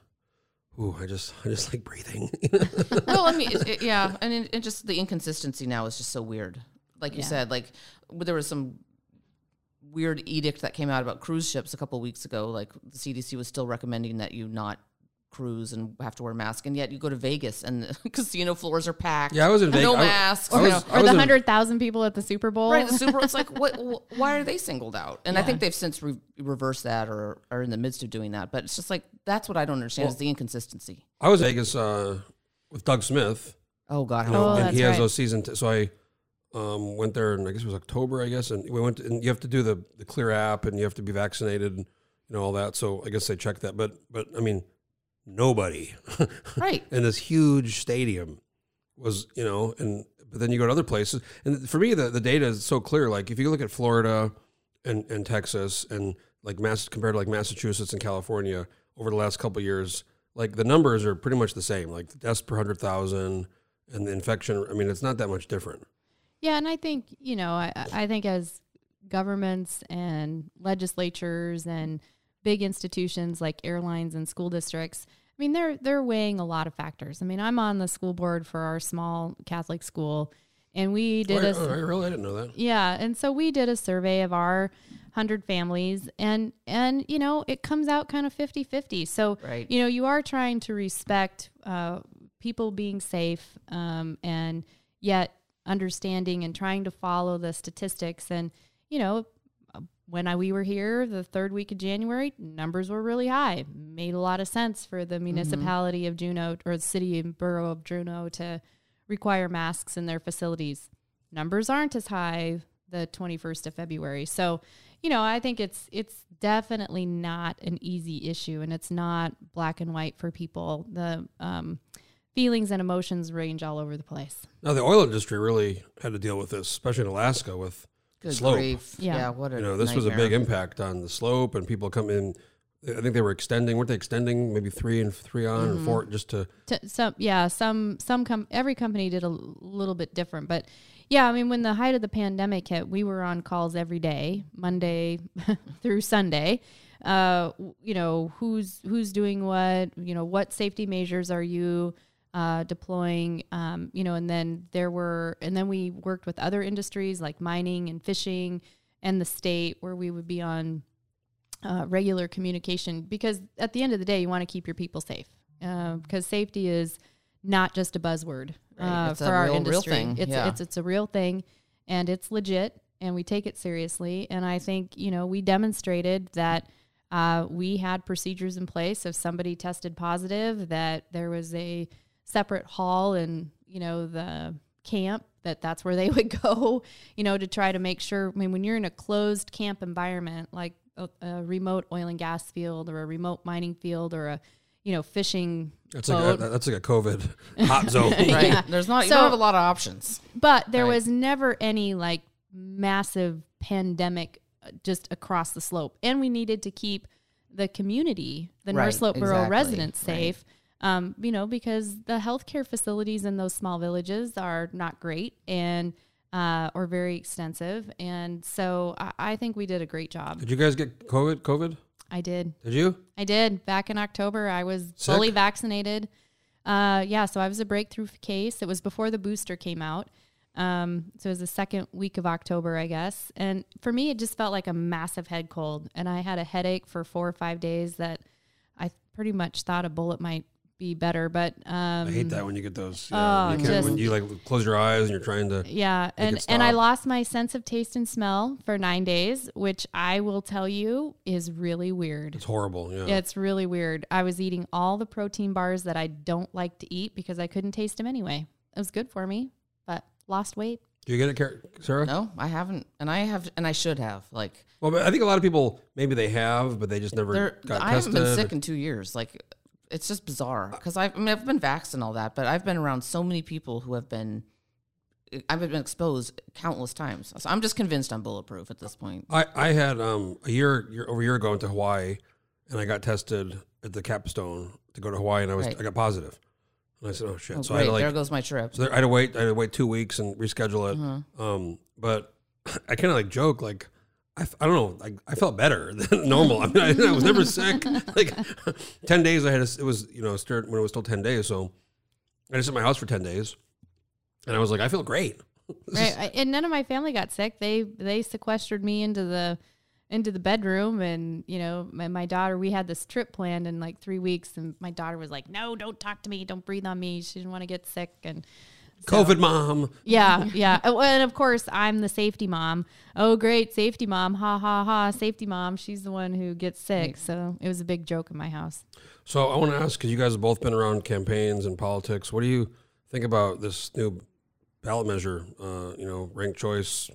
Speaker 2: ooh, I just, I just like breathing. yeah,
Speaker 3: well, I mean, it, it- yeah, and it, it just the inconsistency now is just so weird. Like you
Speaker 4: Yeah.
Speaker 3: said, like w- there was some weird edict that came out about cruise ships a couple weeks ago. Like the CDC was still recommending that you not cruise and have to wear a mask, and yet you go to Vegas and casino floors are packed.
Speaker 2: I was in Vegas.
Speaker 3: no
Speaker 2: I w-
Speaker 3: masks.
Speaker 2: I
Speaker 3: you
Speaker 2: was-
Speaker 3: know.
Speaker 2: I
Speaker 4: Or
Speaker 2: was
Speaker 4: the
Speaker 2: in-
Speaker 4: hundred thousand people at the Super Bowl.
Speaker 3: Right, the Super. It's like, what? wh- Why are they singled out? And I think they've since re- reversed that, or are in the midst of doing that. But it's just like that's what I don't understand is the inconsistency.
Speaker 2: I was in Vegas uh, with Doug Smith,
Speaker 3: Oh God,
Speaker 2: you
Speaker 3: how
Speaker 2: know,
Speaker 4: Oh,
Speaker 2: and
Speaker 4: that's
Speaker 2: he has
Speaker 4: right.
Speaker 2: those season. T- so I um, went there, and I guess it was October, I guess, and we went. To, and you have to do the the Clear app, and you have to be vaccinated, and you know all that. So I guess they checked that, but but I mean, nobody.
Speaker 3: right.
Speaker 2: and this huge stadium was you know and but then you go to other places and for me the, the data is so clear like if you look at florida and, and texas and like mass compared to like massachusetts and california over the last couple of years like the numbers are pretty much the same like the deaths per 100000 and the infection i mean it's not that much different
Speaker 4: Yeah, and I think you know, I, I I think as governments and legislatures and big institutions like airlines and school districts, I mean, they're they're weighing a lot of factors. I mean, I'm on the school board for our small Catholic school, and we did
Speaker 2: oh, I-
Speaker 4: a
Speaker 2: oh, I really i didn't know that
Speaker 4: yeah, and so we did a survey of our 100 families and and you know, it comes out kind of 50-50. So,
Speaker 3: Right.
Speaker 4: you know, you are trying to respect uh, people being safe um, and yet understanding and trying to follow the statistics and you know, when I, we were here the third week of January, numbers were really high. Made a lot of sense for the municipality of Juneau or the city and borough of Juneau to require masks in their facilities. Numbers aren't as high the 21st of February. So, you know, I think it's it's definitely not an easy issue and it's not black and white for people. The um, feelings and emotions range all over the place.
Speaker 2: now the oil industry really had to deal with this especially in alaska with
Speaker 3: Good
Speaker 2: slope
Speaker 3: grief. Yeah.
Speaker 4: Yeah.
Speaker 3: what a
Speaker 2: you know this was a
Speaker 3: nightmare.
Speaker 2: big impact on the slope and people come in i think they were extending weren't they extending maybe three and three on and
Speaker 3: Mm-hmm.
Speaker 2: four just to
Speaker 4: to some yeah some some com- every company did a l- little bit different but yeah i mean when the height of the pandemic hit we were on calls every day monday through sunday uh w- you know who's who's doing what you know what safety measures are you uh, deploying um, you know and then there were and then we worked with other industries like mining and fishing and the state where we would be on uh, regular communication because at the end of the day, you want to keep your people safe because safety is not just a buzzword
Speaker 3: Right.
Speaker 4: uh,
Speaker 3: It's
Speaker 4: for
Speaker 3: a
Speaker 4: our
Speaker 3: real- real
Speaker 4: industry.
Speaker 3: thing.
Speaker 4: It's,
Speaker 3: Yeah.
Speaker 4: it's it's a real thing, and it's legit, and we take it seriously. And I think you know we demonstrated that. Uh, we had procedures in place if somebody tested positive that there was a separate hall in you know the camp that that's where they would go you know to try to make sure i mean when you're in a closed camp environment like a, a remote oil and gas field or a remote mining field or a you know fishing
Speaker 2: That's
Speaker 4: boat
Speaker 2: like a, that's like a COVID hot zone.
Speaker 3: Right. There's not you
Speaker 4: So-
Speaker 3: don't have a lot of options.
Speaker 4: but there
Speaker 3: Right.
Speaker 4: was never any like massive pandemic uh, just across the slope and we needed to keep the community the north
Speaker 3: Right,
Speaker 4: slope borough
Speaker 3: exactly,
Speaker 4: residents
Speaker 3: right.
Speaker 4: safe um, you know because the healthcare facilities in those small villages are not great and uh, or very extensive and so I, I think we did a great job
Speaker 2: Did you guys get COVID? COVID?
Speaker 4: i did
Speaker 2: Did you?
Speaker 4: I did back in October. I was
Speaker 2: Sick?
Speaker 4: fully vaccinated. Uh, yeah, so I was a breakthrough f- case. It was before the booster came out. Um, so it was the second week of October, I guess. And for me, it just felt like a massive head cold. And I had a headache for four or five days that I pretty much thought a bullet might be better. But um,
Speaker 2: I hate that when you get those. You
Speaker 4: Oh,
Speaker 2: know, when you can't- when
Speaker 4: just-
Speaker 2: you like close your eyes and you're trying to.
Speaker 4: yeah,
Speaker 2: Make
Speaker 4: and
Speaker 2: it
Speaker 4: and I
Speaker 2: stop.
Speaker 4: lost my sense of taste and smell for nine days, which I will tell you is really weird.
Speaker 2: It's horrible. Yeah.
Speaker 4: Yeah, it's really weird. I was eating all the protein bars that I don't like to eat because I couldn't taste them anyway. It was good for me, but lost weight.
Speaker 2: Do you get it, Car- Sarah?
Speaker 3: No, I haven't, and I have, and I should have. Like,
Speaker 2: Well, but I think a lot of people maybe they have, but they just never
Speaker 3: there,
Speaker 2: got
Speaker 3: I haven't
Speaker 2: tested.
Speaker 3: been sick in two years. Like, it's just bizarre because I've, I mean, I've been vaxxed and all that, but I've been around so many people who have been, I've been exposed countless times. So I'm just convinced I'm bulletproof at this point.
Speaker 2: I, I had um a year, year over a year ago into Hawaii, and I got tested at the capstone to go to Hawaii, and I was
Speaker 3: Right.
Speaker 2: I got positive, and I said, oh shit.
Speaker 3: Oh,
Speaker 2: so I had
Speaker 3: great,
Speaker 2: to, like
Speaker 3: there goes my trip.
Speaker 2: So there, I had to wait. I had to wait two weeks and reschedule it.
Speaker 3: Uh-huh.
Speaker 2: Um, but I kind of like joke like. I, f- I don't know. I, I felt better than normal. I mean, I, I was never sick. Like ten days, I had a, s- it was you know start when it was still ten days. So I just at my house for ten days, and I was like, I feel great.
Speaker 4: Right, I- and none of my family got sick. They they sequestered me into the into the bedroom, and you know, my, my daughter. We had this trip planned in like three weeks, and my daughter was like, "No, don't talk to me. Don't breathe on me." She didn't want to get sick, and
Speaker 2: COVID mom.
Speaker 4: Yeah, yeah. Oh, and of course, I'm the safety mom. Oh, great, safety mom. Ha ha ha. Safety mom. She's the one who gets sick. So it was a big joke in my house.
Speaker 2: So I want to ask because you guys have both been around campaigns and politics. What do you think about this new ballot measure? Uh, you know, ranked choice,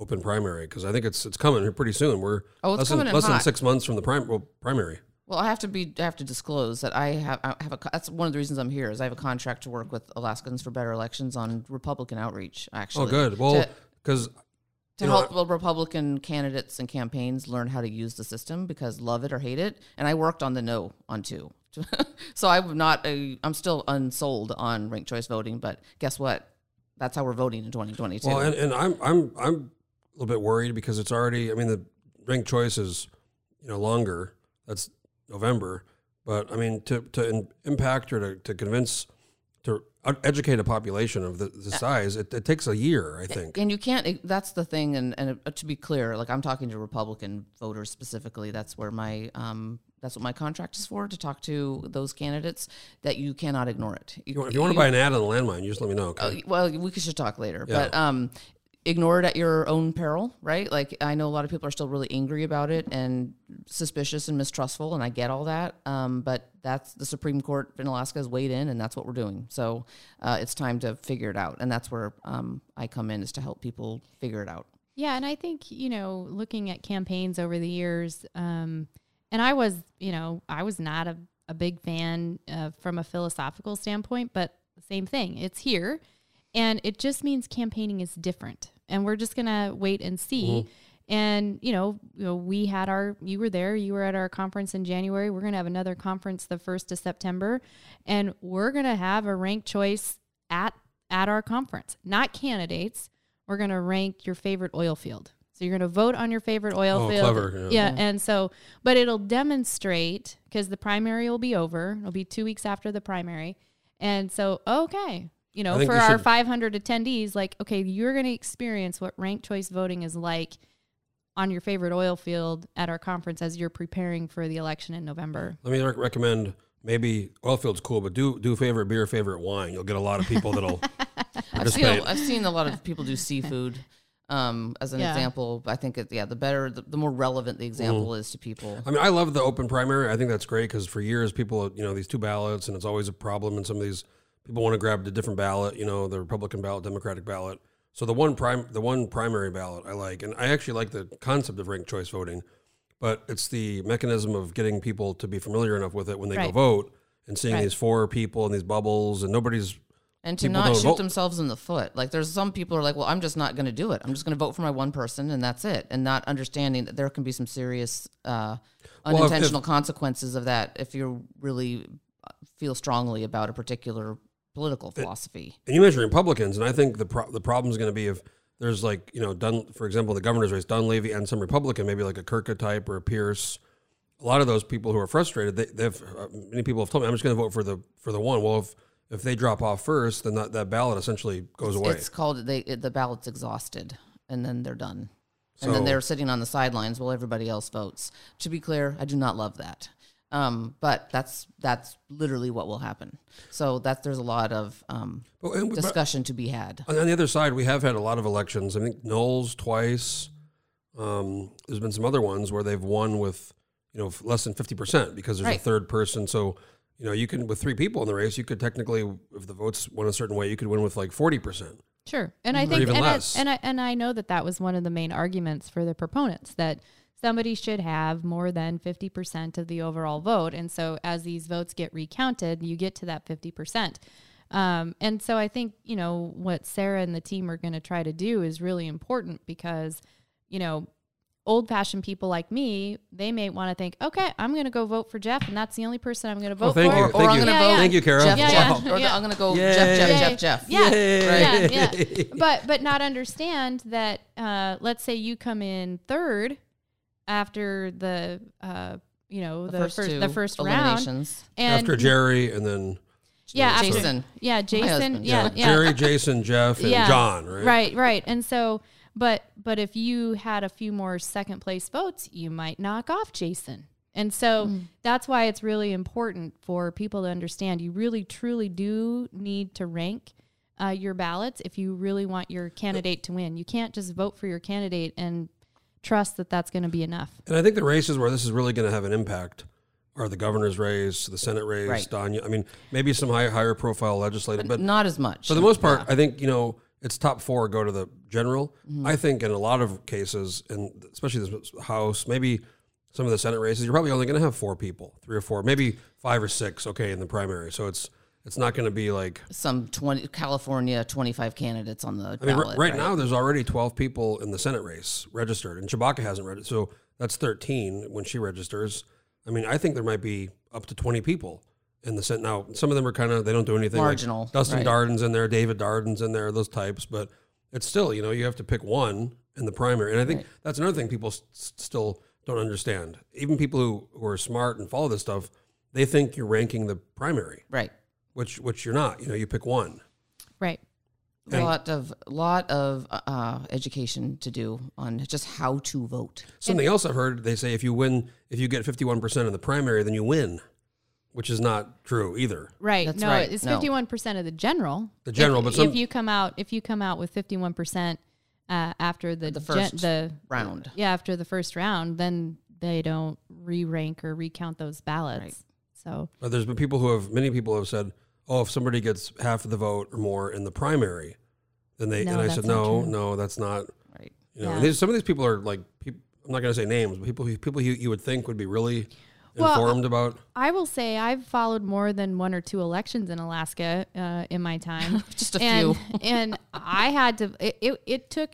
Speaker 2: open primary. Because I think it's it's coming here pretty soon. We're
Speaker 3: Oh, it's
Speaker 2: less
Speaker 3: coming
Speaker 2: than,
Speaker 3: in
Speaker 2: less than
Speaker 3: hot.
Speaker 2: six months from the prim- well, primary.
Speaker 3: Well, I have to be I have to disclose that I have I have a co- that's one of the reasons I'm here is I have a contract to work with Alaskans for Better Elections on Republican outreach. Actually,
Speaker 2: Oh, good. Well,
Speaker 3: to,
Speaker 2: because
Speaker 3: to
Speaker 2: you know,
Speaker 3: help Republican candidates and campaigns learn how to use the system because love it or hate it. And I worked on the no on two, so I'm not a I'm still unsold on ranked choice voting. But guess what? That's how we're voting in 2022.
Speaker 2: well, and, and I'm I'm I'm a little bit worried because it's already. I mean, the ranked choice is you know longer. That's November. But I mean, to to in, impact or to, to convince to out- educate a population of the, the size, it, it takes a year. I think.
Speaker 3: and you can't that's the thing and, and uh, to be clear like i'm talking to republican voters specifically that's where my um that's what my contract is for to talk to those candidates that you cannot ignore it
Speaker 2: You want- If you want to buy an ad on landmine, you just let me know.
Speaker 3: uh,
Speaker 2: Okay?
Speaker 3: well, we could should talk later, but um, ignore it at your own peril, right? Like I know a lot of people are still really angry about it and suspicious and mistrustful, and I get all that. Um, but that's the Supreme Court in Alaska has weighed in, and that's what we're doing. So uh, it's time to figure it out, and that's where um, I come in is to help people figure it out.
Speaker 4: Yeah, and I think you know, looking at campaigns over the years, um, and I was, you know, I was not a, a big fan uh, from a philosophical standpoint, but same thing. It's here, and it just means campaigning is different, and we're just gonna wait and see.
Speaker 2: Mm-hmm.
Speaker 4: And you know, you know, we had our, you were there, you were at our conference in January. We're gonna have another conference the first of September, and we're gonna have a ranked choice at at our conference, not candidates we're going to rank your favorite oil field. So you're going to vote on your favorite oil
Speaker 2: Oh,
Speaker 4: field.
Speaker 2: clever,
Speaker 4: Yeah. And so, but it'll demonstrate because the primary will be over. It'll be two weeks after the primary. And so, okay,
Speaker 2: I
Speaker 4: you know,
Speaker 2: think
Speaker 4: for
Speaker 2: we
Speaker 4: our
Speaker 2: should-
Speaker 4: 500 attendees, like, okay, you're going to experience what ranked choice voting is like on your favorite oil field at our conference as you're preparing for the election in November.
Speaker 2: Let me rec- recommend maybe Oilfield's cool, but do do favorite beer, favorite wine. You'll get a lot of people that'll
Speaker 3: I've seen, a,
Speaker 2: participate.
Speaker 3: I've seen a lot of people do seafood. Um, as an
Speaker 4: Yeah.
Speaker 3: example, I think it, yeah, the better, the, the more relevant the example is to people.
Speaker 2: I mean, I love the open primary. I think that's great because for years people, you know, these two ballots, and it's always a problem. And some of these people want to grab a different ballot, you know, the Republican ballot, Democratic ballot. So the one prime, the one primary ballot, I like, and I actually like the concept of ranked choice voting, but it's the mechanism of getting people to be familiar enough with it when they go
Speaker 4: Right.
Speaker 2: vote and seeing
Speaker 4: Right.
Speaker 2: these four people and these bubbles, and nobody's
Speaker 3: And to
Speaker 2: People
Speaker 3: not
Speaker 2: don't
Speaker 3: shoot
Speaker 2: vote.
Speaker 3: themselves in the foot. Like there's some people who are like, well, I'm just not going to do it. I'm just going to vote for my one person and that's it. And not understanding that there can be some serious uh,
Speaker 2: if- if-
Speaker 3: unintentional consequences of that if you really uh, feel strongly about a particular political philosophy.
Speaker 2: and you mentioned Republicans, and I think the pro- the problem is going to be if there's like you know Dun, for example, the governor's race, Dunleavy, and some Republican, maybe like a Kirka type or a Pierce. A lot of those people who are frustrated, they, they've uh, many people have told me, "I'm just going to vote for the for the one." Well, if if they drop off first, then that, that ballot essentially goes away.
Speaker 3: It's called they it, the ballot's exhausted, and then they're done, and
Speaker 2: So-
Speaker 3: then they're sitting on the sidelines while everybody else votes. To be clear, I do not love that, um, but that's that's literally what will happen. So that there's a lot of um,
Speaker 2: But- Oh, and- but-
Speaker 3: discussion to be had.
Speaker 2: On, on the other side, we have had a lot of elections. I think Knowles twice. Um, there's been some other ones where they've won with you know f- less than fifty percent because there's a
Speaker 3: Right.
Speaker 2: third person. So you know you can with three people in the race, you could technically, if the votes went a certain way, you could win with like forty percent.
Speaker 4: Sure, and I
Speaker 2: Mhm. Or
Speaker 4: think
Speaker 2: even
Speaker 4: and I,
Speaker 2: less.
Speaker 4: and I and I know that that was one of the main arguments for the proponents that somebody should have more than fifty percent of the overall vote, and so as these votes get recounted, you get to that fifty percent. Um, and so I think you know what Sarah and the team are going to try to do is really important because you know old-fashioned people like me they may want to think okay i'm going to go vote for jeff and that's the only person i'm going to vote
Speaker 2: thank
Speaker 4: for
Speaker 2: you,
Speaker 3: Or, or
Speaker 2: thank
Speaker 3: I'm
Speaker 2: you,
Speaker 3: going to
Speaker 4: Yeah,
Speaker 3: vote
Speaker 4: yeah.
Speaker 2: thank you, Carol.
Speaker 3: Jeff,
Speaker 4: Yeah,
Speaker 3: Jeff,
Speaker 4: yeah.
Speaker 3: or
Speaker 4: Yeah.
Speaker 3: I'm going to go
Speaker 2: Yay.
Speaker 3: Jeff, Jeff,
Speaker 4: Yeah.
Speaker 3: Jeff, Jeff.
Speaker 4: Yeah.
Speaker 2: Yay.
Speaker 4: Yeah, yeah. But but not understand that uh, let's say you come in third after the uh, you know the, first,
Speaker 3: two
Speaker 4: the first round
Speaker 3: eliminations.
Speaker 4: and
Speaker 2: After Jerry, and then
Speaker 4: yeah after-
Speaker 3: Jason.
Speaker 4: yeah Jason
Speaker 3: husband.
Speaker 4: yeah yeah
Speaker 2: Jerry, Jason, Jeff, and
Speaker 4: Yeah.
Speaker 2: John. Right.
Speaker 4: right right and so but but if you had a few more second place votes you might knock off jason and so
Speaker 3: Hmm.
Speaker 4: that's why it's really important for people to understand you really truly do need to rank uh, your ballots if you really want your candidate to win you can't just vote for your candidate and trust that that's going to be enough
Speaker 2: And I think the races where this is really going to have an impact are the governor's race, the Senate race,
Speaker 3: Right.
Speaker 2: Don. I mean, maybe some high, higher profile legislative, but
Speaker 3: Not as much.
Speaker 2: For the most part, I think you know it's top four go to the general. I think in a lot of cases, and especially this House, maybe some of the Senate races, you're probably only going to have four people, three or four, maybe five or six. Okay, in the primary, so it's it's not going to be like.
Speaker 3: Some 20 California 25 candidates on the
Speaker 2: I mean, r-
Speaker 3: ballot,
Speaker 2: right, now there's already 12 people in the Senate race registered, and Chewbacca hasn't registered, so that's 13 when she registers. I mean, I think there might be up to 20 people in the Senate now. Some of them are kind of they don't do anything. like
Speaker 3: Marginal,
Speaker 2: Dustin
Speaker 3: right.
Speaker 2: Darden's in there, David Darden's in there, those types, but it's still you know you have to pick one in the primary, and I think that's another thing people s- s- still don't understand. Even people who, who are smart and follow this stuff, they think you're ranking the primary,
Speaker 3: right.
Speaker 2: which which you're not. You know, you pick one.
Speaker 4: right
Speaker 2: And-
Speaker 3: lot of lot of uh, education to do on just how to vote.
Speaker 2: Something else I've heard they say if you win, if you get 51% in the primary, then you win, which is not true either.
Speaker 4: right
Speaker 3: That's
Speaker 4: no
Speaker 3: right.
Speaker 4: it's
Speaker 3: No.
Speaker 4: 51% of the general
Speaker 2: The general,
Speaker 4: if,
Speaker 2: but some,
Speaker 4: if you come out if you come out with 51% uh, after the
Speaker 3: The
Speaker 4: gen-
Speaker 3: first
Speaker 4: the
Speaker 3: round.
Speaker 4: yeah after the first round then they don't re-rank or recount those ballots
Speaker 3: Right.
Speaker 4: so
Speaker 2: but there's been people who have, many people have said, oh, if somebody gets half of the vote or more in the primary, then they,
Speaker 4: No,
Speaker 2: and I
Speaker 4: that's
Speaker 2: said,
Speaker 4: not
Speaker 2: no,
Speaker 4: true."
Speaker 2: no, that's not,
Speaker 3: Right.
Speaker 2: you know, and
Speaker 4: Yeah.
Speaker 2: these, some of these people are like, peop I'm not going to say names, but people, who- people you, you would think would be really
Speaker 4: Well,
Speaker 2: informed about.
Speaker 4: i will say i've followed more than one or two elections in alaska uh, in my time
Speaker 3: Just a
Speaker 4: and,
Speaker 3: few.
Speaker 4: and i had to it, it, it took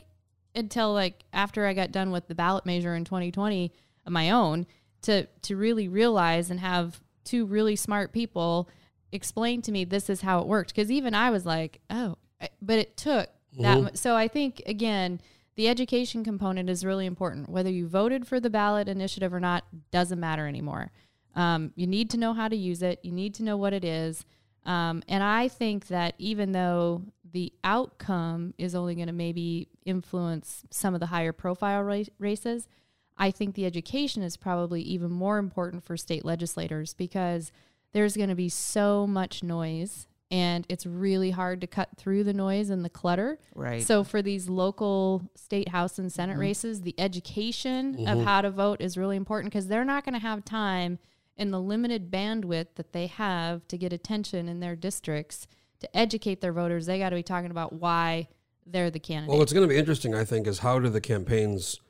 Speaker 4: until like after i got done with the ballot measure in 2020 of my own to to really realize and have two really smart people explain to me this is how it worked because even i was like oh I- but it took that
Speaker 3: Mm-hmm.
Speaker 4: mu- so i think again the education component is really important whether you voted for the ballot initiative or not doesn't matter anymore um, you need to know how to use it you need to know what it is um, and I think that even though the outcome is only going to maybe influence some of the higher profile ra- races, I think the education is probably even more important for state legislators because there's going to be so much noise and it's really hard to cut through the noise and the clutter.
Speaker 3: Right. Mm-hmm.
Speaker 4: So for these local state house and senate races, the education of how to vote is really important because they're not going to have time in the limited bandwidth that they have to get attention in their districts to educate their voters. They got to be talking about why they're the candidate.
Speaker 2: Well, what's going to be interesting, I think, is how do the campaigns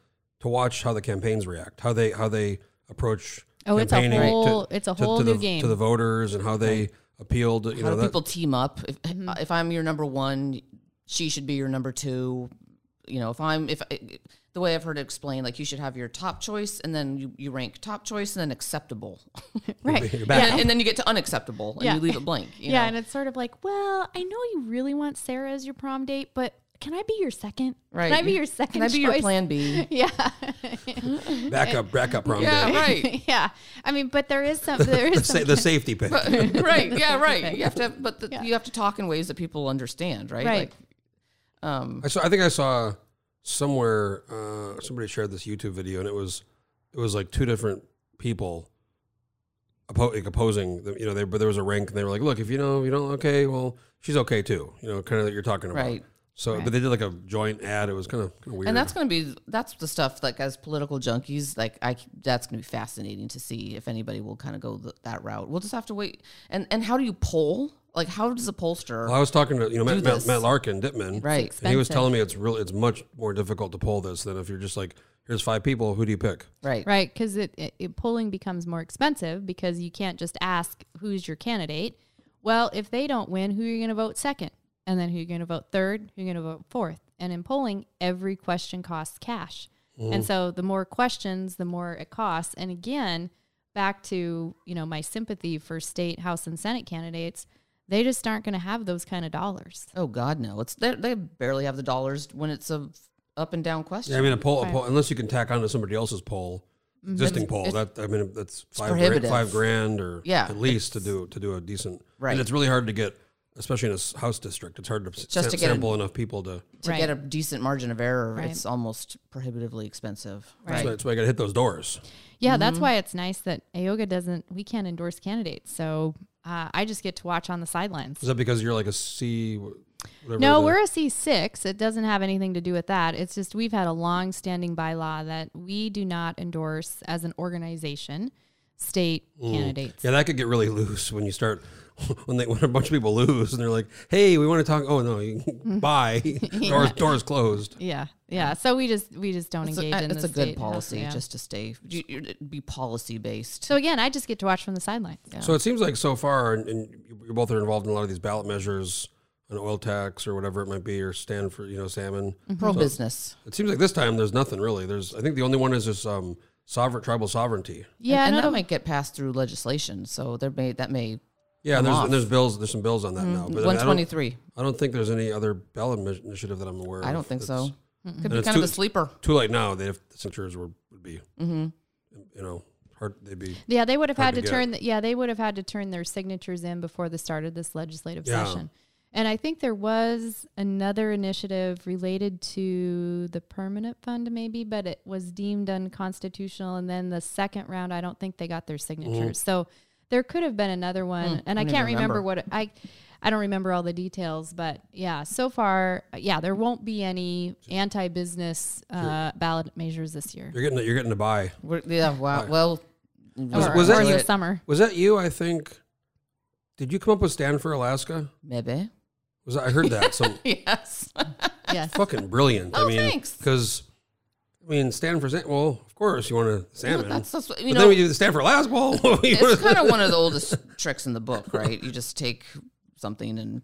Speaker 2: to watch how the campaigns react, how they how they approach.
Speaker 4: Oh, it's a
Speaker 2: campaigning to-
Speaker 4: whole- it's a whole
Speaker 2: to, to
Speaker 4: new
Speaker 2: the,
Speaker 4: game.
Speaker 2: to the voters and how they appeal to you
Speaker 3: How
Speaker 2: know
Speaker 3: do
Speaker 2: that,
Speaker 3: people team up? If,
Speaker 4: Mm-hmm.
Speaker 3: if I'm your number one, she should be your number two. You know, if I'm if the way I've heard it explained, like you should have your top choice, and then you, you rank top choice, and then acceptable,
Speaker 4: right.
Speaker 2: your back.
Speaker 3: and then you get to unacceptable, and
Speaker 4: Yeah.
Speaker 3: you leave it blank. You
Speaker 4: yeah,
Speaker 3: know?
Speaker 4: and it's sort of like, well, I know you really want Sarah as your prom date, but can I be your second?
Speaker 3: right.
Speaker 4: Can I be your second?
Speaker 3: Can I be your
Speaker 4: choice?
Speaker 3: plan B?
Speaker 4: Yeah,
Speaker 2: backup backup prom
Speaker 3: Yeah,
Speaker 2: day.
Speaker 3: right.
Speaker 4: yeah. I mean, but there is some. There
Speaker 2: The,
Speaker 4: is some
Speaker 2: sa- the safety pin.
Speaker 3: right. Yeah. Right. You have to, have, but the, you have to talk in ways that people understand. Right.
Speaker 4: Right.
Speaker 3: Like, um.
Speaker 2: I saw. I think I saw somewhere uh, somebody shared this YouTube video, and it was it was like two different people oppo- like opposing. Them. You know, they, but there was a rank, and they were like, "Look, if you know you don't okay, well, she's okay too." You know, kind of that you're talking about.
Speaker 3: Right.
Speaker 2: So, but they did like a joint ad. It was kind of, weird.
Speaker 3: And that's going to be that's the stuff like as political junkies like I that's going to be fascinating to see if anybody will kind of go th- that route. We'll just have to wait. And and how do you poll? Like how does a pollster?
Speaker 2: Well, I was talking to you know Matt,
Speaker 3: Do
Speaker 2: Matt,
Speaker 3: this.
Speaker 2: Matt Larkin Dittman,
Speaker 3: Right.
Speaker 2: And he was
Speaker 4: Expensive.
Speaker 2: telling me it's really it's much more difficult to poll this than if you're just like, here's five people, who do you pick?
Speaker 3: right.
Speaker 4: right because it, it, it polling becomes more expensive because you can't just ask who's your candidate well if they don't win who are you going to vote second and then who you're going to vote third who you're going to vote fourth and in polling every question costs cash and so the more questions the more it costs and again back to you know my sympathy for state house and senate candidates they just aren't going to have those kind of dollars
Speaker 3: Oh God, no. It's they they barely have the dollars when it's a up and down question.
Speaker 2: Yeah, I mean a poll, a poll unless you can tack onto somebody else's poll,
Speaker 3: Mm-hmm.
Speaker 2: existing poll. That I mean that's five grand,
Speaker 3: prohibitive.
Speaker 2: five grand or
Speaker 3: Yeah,
Speaker 2: at least to do to do a decent.
Speaker 3: Right.
Speaker 2: And it's really hard to get, especially in a s- house district. It's hard to s-
Speaker 3: Just to
Speaker 2: sam-
Speaker 3: get a-
Speaker 2: sample enough people to.
Speaker 3: to
Speaker 4: Right.
Speaker 3: get a decent margin of error,
Speaker 4: Right.
Speaker 3: it's almost prohibitively expensive.
Speaker 2: So that's why I got to hit those doors.
Speaker 4: Yeah, that's why it's nice that Ayoga doesn't. We can't endorse candidates, so uh, I just get to watch on the sidelines.
Speaker 2: Is that because you're like a C? wh- Whatever
Speaker 4: No,
Speaker 2: the-
Speaker 4: we're a C6. It doesn't have anything to do with that. It's just we've had a long standing bylaw that we do not endorse as an organization state candidates.
Speaker 2: Yeah, that could get really loose when you start when they when a bunch of people lose and they're like, "Hey, we want to talk." Oh no, you, bye. Doors doors closed.
Speaker 4: Yeah. Yeah. So we just we just don't
Speaker 3: It's
Speaker 4: engage
Speaker 3: a, uh,
Speaker 4: in
Speaker 3: it's
Speaker 4: the
Speaker 3: a good
Speaker 4: state house,
Speaker 3: policy
Speaker 4: yeah.
Speaker 3: just to stay you- you- be policy based.
Speaker 4: so again, I just get to watch from the sidelines.
Speaker 2: So it seems like so far, and, and you both are involved in a lot of these ballot measures, an oil tax or whatever it might be, or stand for you know salmon.
Speaker 3: Pro business.
Speaker 2: It seems like this time there's nothing really. There's I think the only one is this um, sovereign tribal sovereignty.
Speaker 4: Yeah.
Speaker 3: and,
Speaker 4: no,
Speaker 3: that might get passed through legislation. So there may that may
Speaker 2: Yeah, and there's
Speaker 3: off. Mm-hmm.
Speaker 2: and there's bills. There's some bills on that now. But I mean,
Speaker 3: one
Speaker 2: I don't-
Speaker 3: twenty three.
Speaker 2: I, don't think there's any other ballot mi- initiative that I'm aware of.
Speaker 3: I don't think
Speaker 2: that's
Speaker 3: so. Could be
Speaker 2: it's
Speaker 3: kind
Speaker 2: too-
Speaker 3: of a sleeper.
Speaker 2: Too late now. That if the signatures were would be,
Speaker 3: Mm-hmm.
Speaker 2: you know, hard they'd be.
Speaker 4: Yeah, they would have
Speaker 2: Hard
Speaker 4: had
Speaker 2: to
Speaker 4: to,
Speaker 2: get.
Speaker 4: turn. The, yeah, they would have had to turn their signatures in before the start of this legislative
Speaker 2: Yeah.
Speaker 4: session. And I think there was another initiative related to the permanent fund, maybe, but it was deemed unconstitutional. And then the second round, I don't think they got their signatures.
Speaker 2: Mm-hmm.
Speaker 4: So there could have been another one, and I,
Speaker 3: Hmm, don't even
Speaker 4: can't remember,
Speaker 3: remember.
Speaker 4: what it, I. I don't remember all the details, but yeah, so far, yeah, there won't be any anti-business uh, ballot measures this year
Speaker 2: You're getting you're getting to buy.
Speaker 3: We're, yeah. Wow. Well,
Speaker 4: or,
Speaker 2: was that-
Speaker 4: or this summer.
Speaker 2: Was that you? I think. Did you come up with stand for Alaska?
Speaker 3: maybe?
Speaker 2: Was that, I heard that? So
Speaker 3: Yes.
Speaker 4: Yes,
Speaker 2: fucking brilliant. I
Speaker 3: Oh,
Speaker 2: mean,
Speaker 3: thanks.
Speaker 2: Because I mean, stand for sa- well, of course you want to salmon.
Speaker 3: That's, that's what- you
Speaker 2: but then
Speaker 3: know.
Speaker 2: we do the stand for last ball.
Speaker 3: It's kind of one of the oldest tricks in the book, right? You just take something and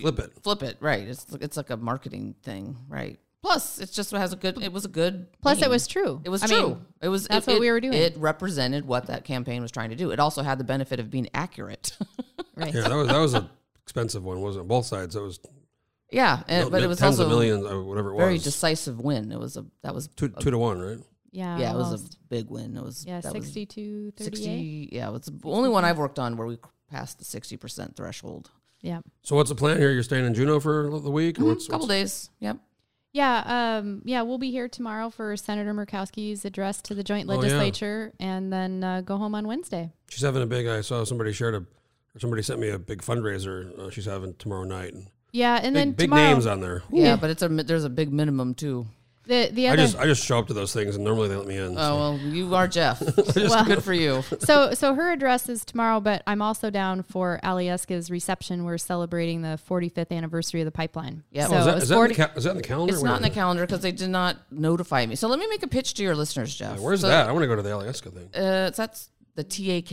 Speaker 2: flip it.
Speaker 3: flip it, right? It's it's like a marketing thing, right? Plus, it's just it has a good. It was a good.
Speaker 4: Plus,
Speaker 3: theme.
Speaker 4: it was true.
Speaker 3: It was
Speaker 4: I
Speaker 3: true.
Speaker 4: mean,
Speaker 3: it was.
Speaker 4: that's
Speaker 3: it-
Speaker 4: what
Speaker 3: it-
Speaker 4: we were doing.
Speaker 3: It represented what that campaign was trying to do. It also had the benefit of being accurate.
Speaker 4: right.
Speaker 2: Yeah, that was that was an expensive one, wasn't it? Both sides. That was
Speaker 3: yeah, and, but it was
Speaker 2: tens
Speaker 3: also
Speaker 2: of millions or whatever it was.
Speaker 3: very decisive win. It was a that was
Speaker 2: two, two to one, right?
Speaker 4: Yeah.
Speaker 3: yeah, it was
Speaker 4: almost.
Speaker 3: a big win. It was
Speaker 4: yeah,
Speaker 3: that was
Speaker 4: 62, 38.
Speaker 3: 60 yeah, it's the only one I've worked on where we passed the sixty percent threshold.
Speaker 4: Yeah.
Speaker 2: So what's the plan here? You're staying in Juneau for the week, or what's,
Speaker 3: A Mm-hmm, couple
Speaker 2: what's-
Speaker 3: days. Yep.
Speaker 4: Yeah, um, yeah, we'll be here tomorrow for Senator Murkowski's address to the joint
Speaker 2: Oh, yeah.
Speaker 4: legislature, and then uh, go home on Wednesday.
Speaker 2: she's having a big. I saw somebody shared a somebody sent me a big fundraiser uh, she's having tomorrow night. And
Speaker 4: Yeah,
Speaker 2: big
Speaker 4: and then
Speaker 2: big
Speaker 4: tomorrow,
Speaker 2: names uh, on there.
Speaker 3: Yeah, but it's a mi- there's a big minimum too.
Speaker 4: the the
Speaker 2: I
Speaker 4: other
Speaker 2: just I just show up to those things and normally they let me in. so.
Speaker 3: Oh well, you are Jeff. good for you.
Speaker 4: so so her address is tomorrow, but I'm also down for Alieska's reception. We're celebrating the 45th anniversary of the pipeline.
Speaker 3: Yeah.
Speaker 4: so
Speaker 3: Oh,
Speaker 2: is,
Speaker 4: it
Speaker 2: that,
Speaker 4: was
Speaker 2: is, that in
Speaker 4: 40
Speaker 2: the ca- is that in the calendar?
Speaker 3: It's
Speaker 2: Where-
Speaker 3: not in the calendar because they did not notify me. So let me make a pitch to your listeners, Jeff.
Speaker 2: Where's
Speaker 3: So,
Speaker 2: that? I want to go to the Alaska thing.
Speaker 3: Uh, it's that's the TAK,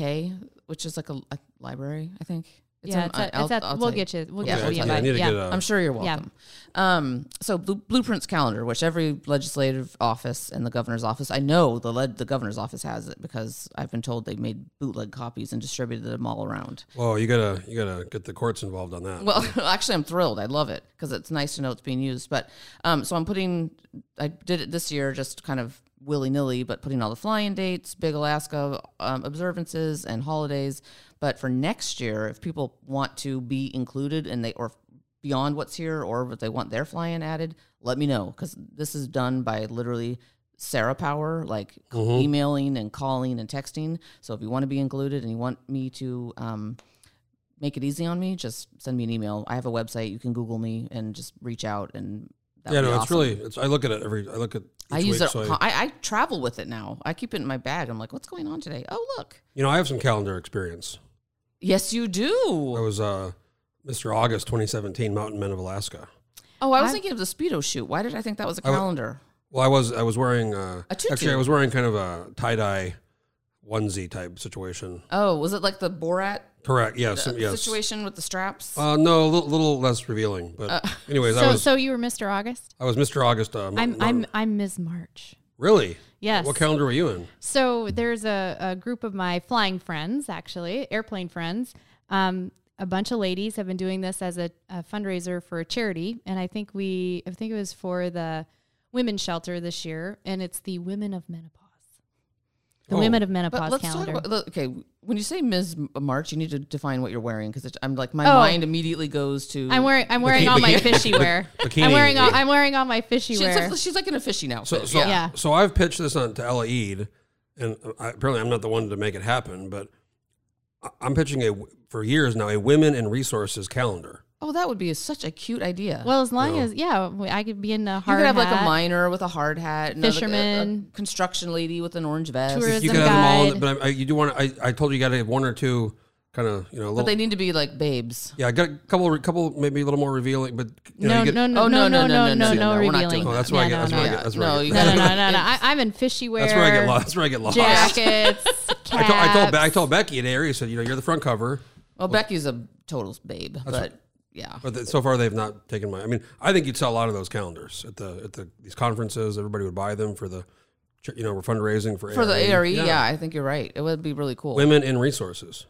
Speaker 3: which is like a, a library, I think.
Speaker 4: yeah, it's
Speaker 3: on-
Speaker 4: at,
Speaker 3: out-
Speaker 4: it's at, we'll
Speaker 3: outside.
Speaker 4: get you. We'll
Speaker 3: Yeah,
Speaker 4: get
Speaker 2: I,
Speaker 4: you the
Speaker 2: I need
Speaker 4: invite.
Speaker 2: to
Speaker 4: Yeah.
Speaker 2: get uh, a.
Speaker 3: I'm sure you're
Speaker 4: Yeah.
Speaker 3: welcome. Um, so Blue, Blueprints calendar, which every legislative office and the governor's office, I know the led, the governor's office has it because I've been told they made bootleg copies and distributed them all around.
Speaker 2: Whoa, oh, you gotta you gotta get the courts involved on that.
Speaker 3: Well, actually, I'm thrilled. I love it because it's nice to know it's being used. But um, so I'm putting, I did it this year just kind of willy nilly, but putting all the fly-in dates, big Alaska um, observances, and holidays. But for next year, if people want to be included and they or beyond what's here, or if they want their fly-in added, let me know because this is done by literally. Sarah Power, like emailing and calling and texting. So if you want to be included and you want me to um, make it easy on me, just send me an email. I have a website. You can Google me and just reach out. And that
Speaker 2: yeah,
Speaker 3: would
Speaker 2: no,
Speaker 3: be
Speaker 2: it's
Speaker 3: awesome.
Speaker 2: really. It's, I look at it every. I look at. Each
Speaker 3: I use
Speaker 2: week,
Speaker 3: it.
Speaker 2: So I-
Speaker 3: I, I travel with it now. I keep it in my bag. I'm like, what's going on today? Oh, look.
Speaker 2: you know, I have some calendar experience.
Speaker 3: Yes, you
Speaker 2: I
Speaker 3: do.
Speaker 2: was uh, Mr. August 2017, Mountain Men of Alaska.
Speaker 3: Oh, I was
Speaker 4: I-
Speaker 3: thinking of the speedo shoot. Why did I think that was a
Speaker 2: I w-
Speaker 3: calendar?
Speaker 2: Well, I was I was wearing uh,
Speaker 3: A tutu.
Speaker 2: actually I was wearing kind of a tie dye onesie type situation.
Speaker 3: Oh, was it like the Borat
Speaker 2: Correct. Yes.
Speaker 3: uh,
Speaker 2: yes.
Speaker 3: situation with the straps?
Speaker 2: Uh, no, a little, little less revealing. But
Speaker 3: Uh,
Speaker 2: anyways, I
Speaker 4: So
Speaker 2: was
Speaker 4: so you were Mr. August.
Speaker 2: I was Mr. August. Uh,
Speaker 4: I'm
Speaker 2: Mountain-
Speaker 4: I'm I'm Ms. March.
Speaker 2: really.
Speaker 4: Yes.
Speaker 2: What calendar were you in?
Speaker 4: So there's a, a group of my flying friends, actually, airplane friends. Um, a bunch of ladies have been doing this as a, a fundraiser for a charity, and I think we, I think it was for the women's shelter this year, and it's the Women of Menopause, the
Speaker 2: Oh.
Speaker 4: Women of
Speaker 3: but
Speaker 4: Menopause
Speaker 3: let's
Speaker 4: calendar.
Speaker 3: talk about okay. When you say Ms. March, you need to define what you're wearing because I'm like my
Speaker 4: Oh.
Speaker 3: mind immediately goes to.
Speaker 4: I'm wearing, I'm wearing all my
Speaker 2: Bikini-
Speaker 4: fishy wear.
Speaker 2: Bikini.
Speaker 4: I'm wearing, all, I'm wearing all my fishy
Speaker 3: She's
Speaker 4: wear.
Speaker 3: like, she's like in a fishing outfit.
Speaker 2: So, so,
Speaker 3: yeah.
Speaker 4: Yeah.
Speaker 2: so I've pitched this on to Ella Eid, and I, apparently I'm not the one to make it happen, but I- I'm pitching a w- for years now a women and resources calendar.
Speaker 3: Oh, that would be such a cute idea.
Speaker 4: Well,
Speaker 2: Oh.
Speaker 4: as long as yeah, we- I could be in a
Speaker 3: You
Speaker 4: hard
Speaker 3: could have like a
Speaker 4: hat.
Speaker 3: miner with a hard hat, another- a- a
Speaker 4: Fisherman.
Speaker 3: construction lady with an orange vest.
Speaker 4: Tourism
Speaker 2: you can have them all, in
Speaker 4: guide.
Speaker 2: the, but I, I, you do want to. I, I told you you got to have one or two kind of you know. Little,
Speaker 3: But they need to be like babes.
Speaker 2: yeah, I got a couple, couple maybe a little more revealing, but you know,
Speaker 4: No,
Speaker 2: you get,
Speaker 4: no, no,
Speaker 3: Oh,
Speaker 4: no, no, no, no,
Speaker 3: no,
Speaker 4: no
Speaker 3: no, we're not doing
Speaker 4: revealing.
Speaker 3: that.
Speaker 2: Oh, that's where I
Speaker 4: Yeah,
Speaker 2: get. That's
Speaker 4: no,
Speaker 2: where I
Speaker 4: no.
Speaker 2: get. That's where
Speaker 3: No,
Speaker 2: I
Speaker 3: you
Speaker 2: get.
Speaker 4: No,
Speaker 3: gotta-
Speaker 4: no, no, no, no. I, I'm in fishy wear.
Speaker 2: That's where I get lost. That's where I get lost.
Speaker 4: Jackets,
Speaker 2: I told, I told, Be- I
Speaker 4: caps.
Speaker 2: told Becky at Aries, said, you know, you're the front cover,
Speaker 3: Well, Becky's a total babe, but yeah.
Speaker 2: but th- so far they've not taken my. I mean, I think you'd sell a lot of those calendars at the at the these conferences. Everybody would buy them for the, ch- you know, we're fundraising for
Speaker 3: For the ARE, yeah. I think you're right. It would be really cool.
Speaker 2: women in resources.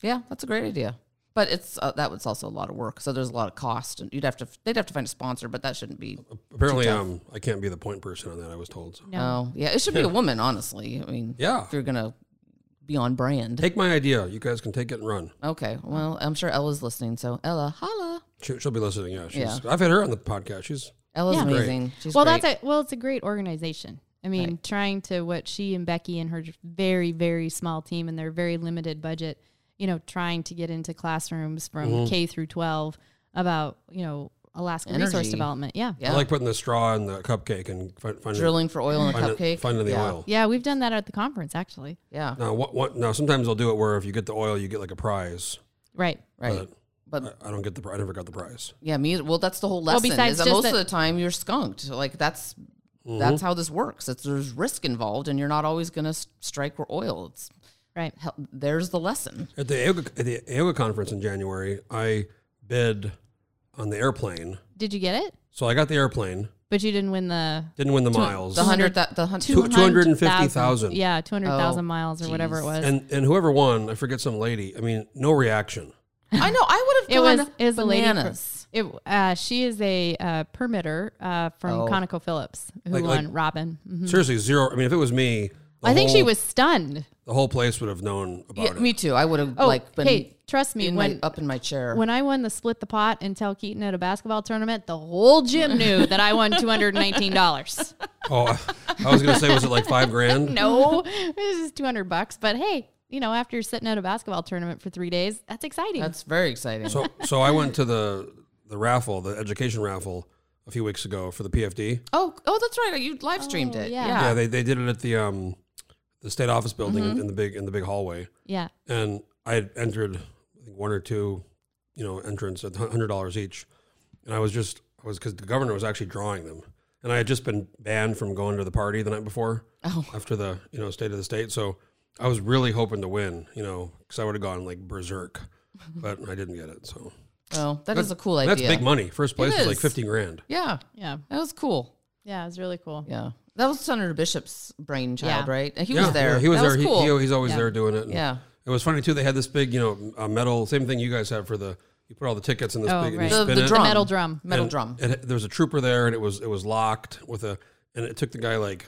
Speaker 3: Yeah, that's a great idea. But it's uh, that was also a lot of work. So there's a lot of cost, and you'd have to they'd have to find a sponsor, but that shouldn't be.
Speaker 2: Apparently, um, I can't be the point person on that. I was told. So.
Speaker 3: No, oh, yeah, it should be a woman, honestly. I mean,
Speaker 2: Yeah.
Speaker 3: if you're gonna be on brand.
Speaker 2: Take my idea. You guys can take it and run.
Speaker 3: Okay, well, I'm sure Ella's listening, so Ella, holla.
Speaker 2: She, she'll be listening. Yeah, she's.
Speaker 3: Yeah.
Speaker 2: I've had her on the podcast. She's.
Speaker 3: Ella's
Speaker 4: Yeah. Great.
Speaker 3: amazing. She's
Speaker 4: well,
Speaker 3: great.
Speaker 4: that's a well, it's a great organization. I mean, trying to what she and Becky and her very very small team and their very limited budget, you know, trying to get into classrooms from
Speaker 2: Mm-hmm.
Speaker 4: K through 12 about you know Alaska resource
Speaker 3: Energy.
Speaker 4: development. Yeah.
Speaker 3: Yeah.
Speaker 2: I like putting the straw in the cupcake and fi- finding
Speaker 3: drilling for oil in a
Speaker 2: finding,
Speaker 3: cupcake.
Speaker 2: finding the
Speaker 3: yeah.
Speaker 2: oil.
Speaker 4: Yeah, we've done that at the conference actually.
Speaker 3: Yeah,
Speaker 2: Now, what, what, now, sometimes they'll do it where if you get the oil, you get like a prize.
Speaker 4: Right.
Speaker 3: right. But
Speaker 2: I, I don't get the. pri- I never got the prize.
Speaker 3: yeah, me. Well, that's the whole lesson.
Speaker 4: besides
Speaker 3: is that
Speaker 4: just
Speaker 3: most
Speaker 4: that-
Speaker 3: of the time you're skunked. Like that's
Speaker 2: Mm-hmm.
Speaker 3: that's how this works. It's there's risk involved, and you're not always gonna s- strike for oil. It's
Speaker 4: Right.
Speaker 3: hell, there's the lesson.
Speaker 2: At the yoga, at the yoga conference in January, I bid on the airplane.
Speaker 4: Did you get it?
Speaker 2: So I got the airplane.
Speaker 4: But you didn't win the
Speaker 2: Didn't win the miles.
Speaker 3: The hundred, that the hundred.
Speaker 2: Two- 250,000.
Speaker 4: Yeah, 200,000
Speaker 3: Oh,
Speaker 4: miles or whatever it
Speaker 3: geez.
Speaker 4: was.
Speaker 2: and and whoever won, I forget some lady. I mean, no reaction.
Speaker 3: I know. I would
Speaker 4: it
Speaker 3: have gone
Speaker 4: was it was
Speaker 3: bananas.
Speaker 4: a lady. fr- It, uh, she is a uh, permitter uh, from
Speaker 3: Oh.
Speaker 4: ConocoPhillips who
Speaker 2: Like- like-
Speaker 4: won Robin. Mhm.
Speaker 2: Seriously, zero. I mean, if it was me, the
Speaker 4: I think she
Speaker 2: whole-
Speaker 4: was stunned.
Speaker 2: The whole place would have known about
Speaker 3: Yeah,
Speaker 2: it.
Speaker 3: me too. I would have
Speaker 4: Oh,
Speaker 3: like been
Speaker 4: hey, trust me
Speaker 3: in
Speaker 4: when
Speaker 3: my, up in my chair.
Speaker 4: when I won the split the pot and tell Keaton at a basketball tournament, the whole gym knew that I won two hundred nineteen dollars.
Speaker 2: oh, I, I was gonna say, was it like five grand?
Speaker 4: no, this is two hundred bucks, but hey, you know, after you're sitting at a basketball tournament for three days, that's exciting.
Speaker 3: That's very exciting.
Speaker 2: So so I went to the the raffle, the education raffle, a few weeks ago for the PFD.
Speaker 3: oh, oh, that's right. You live streamed
Speaker 4: Oh,
Speaker 3: it.
Speaker 4: yeah.
Speaker 3: Yeah.
Speaker 2: Yeah, they, they did it at the um the state office building
Speaker 4: Mm-hmm.
Speaker 2: in, in the big in the big hallway,
Speaker 4: yeah.
Speaker 2: and I had entered I think one or two, you know, entrants at hundred dollars each, and I was just I was because the governor was actually drawing them, and I had just been banned from going to the party the night before
Speaker 3: Oh.
Speaker 2: after the you know state of the state, so I was really hoping to win, you know, because I would have gone like berserk, but I didn't get it. So
Speaker 3: Oh, that is a cool
Speaker 2: And
Speaker 3: idea.
Speaker 2: that's big money. First place is like
Speaker 3: is.
Speaker 2: fifty grand.
Speaker 3: Yeah.
Speaker 4: Yeah.
Speaker 3: That was cool.
Speaker 4: Yeah. It was really cool.
Speaker 3: Yeah. That was Senator Bishop's brainchild,
Speaker 4: Yeah.
Speaker 3: right? And he
Speaker 2: Yeah,
Speaker 3: was there.
Speaker 2: yeah, he was
Speaker 3: That
Speaker 2: there. He-
Speaker 3: cool.
Speaker 2: he, he's always there doing it. and-
Speaker 3: yeah.
Speaker 2: It was funny too. They had this big, you know, uh, metal same thing you guys have for the. You put all the tickets in this
Speaker 4: Oh,
Speaker 2: big
Speaker 4: right.
Speaker 2: and you
Speaker 3: The-
Speaker 2: spin
Speaker 3: the
Speaker 2: it.
Speaker 3: drum.
Speaker 4: Metal drum.
Speaker 3: Metal
Speaker 2: And
Speaker 3: drum.
Speaker 2: It, there was a trooper there, and it was it was locked with a, and it took the guy like,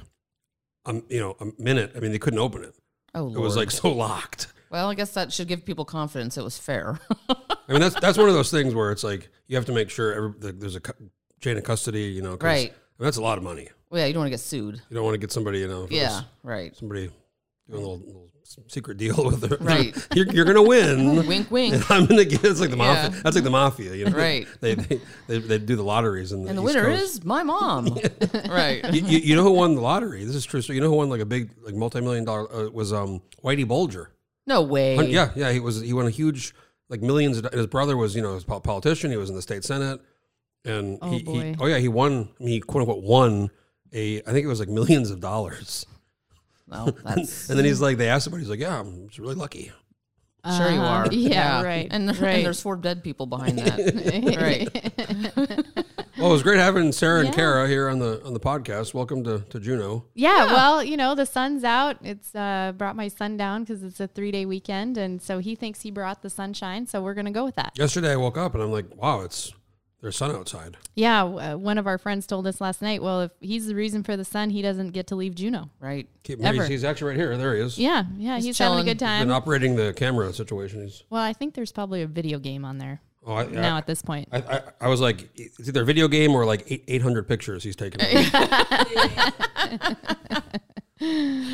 Speaker 2: um, you know, a minute. I mean, they couldn't open it.
Speaker 3: Oh, Lord.
Speaker 2: It was like so locked.
Speaker 3: well, I guess that should give people confidence. It was fair.
Speaker 2: I mean, that's that's one of those things where it's like you have to make sure every, that there's a cu- chain of custody. You know, 'cause-
Speaker 3: Right.
Speaker 2: I mean, that's a lot of money.
Speaker 3: well, yeah, you don't want to get sued.
Speaker 2: You don't want to get somebody, you know, if it
Speaker 3: Yeah.
Speaker 2: was
Speaker 3: Right.
Speaker 2: somebody doing a little, little secret deal with their
Speaker 3: Right.
Speaker 2: you're, you're gonna win.
Speaker 3: Wink,
Speaker 2: And
Speaker 3: wink.
Speaker 2: I'm gonna get it's like the
Speaker 3: Yeah.
Speaker 2: mafia. That's like the mafia, you know.
Speaker 3: Right.
Speaker 2: They they, they, they do the lotteries and the,
Speaker 3: And the
Speaker 2: East
Speaker 3: winner
Speaker 2: Coast.
Speaker 3: is my mom. right.
Speaker 2: You, you, you know who won the lottery? This is true. So you know who won like a big like multi million dollar uh, was um Whitey Bulger.
Speaker 3: No way.
Speaker 2: Hun- Yeah, yeah. He was he won a huge like millions. Of, do- his brother was you know a politician. He was in the state senate, and
Speaker 4: Oh,
Speaker 2: he, he-
Speaker 4: boy.
Speaker 2: oh yeah he won I mean, he quote unquote won a I think it was like millions of dollars.
Speaker 3: No, that's
Speaker 2: And then he's like they asked him, he's like yeah I'm just really lucky.
Speaker 3: sure you
Speaker 4: Uh,
Speaker 3: are.
Speaker 4: Yeah, Right.
Speaker 3: And,
Speaker 4: right.
Speaker 3: and there's four dead people behind that. Eh? right.
Speaker 2: Well, it was great having Sarah and
Speaker 4: Yeah.
Speaker 2: Kara here on the on the podcast. Welcome to to Juno.
Speaker 4: Yeah, well, you know, the sun's out. It's uh, brought my son down because it's a three day weekend. And so he thinks he brought the sunshine. So we're going to go with that.
Speaker 2: Yesterday I woke up and I'm like, wow, it's there's sun outside.
Speaker 4: Yeah, w- uh, one of our friends told us last night, well, if he's the reason for the sun, he doesn't get to leave Juno.
Speaker 3: Right.
Speaker 2: Keep, maybe
Speaker 4: Ever.
Speaker 2: he's actually right here. There he is.
Speaker 4: Yeah, yeah, he's,
Speaker 3: He's
Speaker 4: having a
Speaker 3: chilling.
Speaker 4: good
Speaker 2: He's been
Speaker 4: time.
Speaker 2: operating the camera situation. He's
Speaker 4: Well, I think there's probably a video game on there
Speaker 2: oh, I,
Speaker 4: now
Speaker 2: I,
Speaker 4: at this point.
Speaker 2: I, I, I was like, it's either a video game or like eight- 800 pictures he's taken. yeah,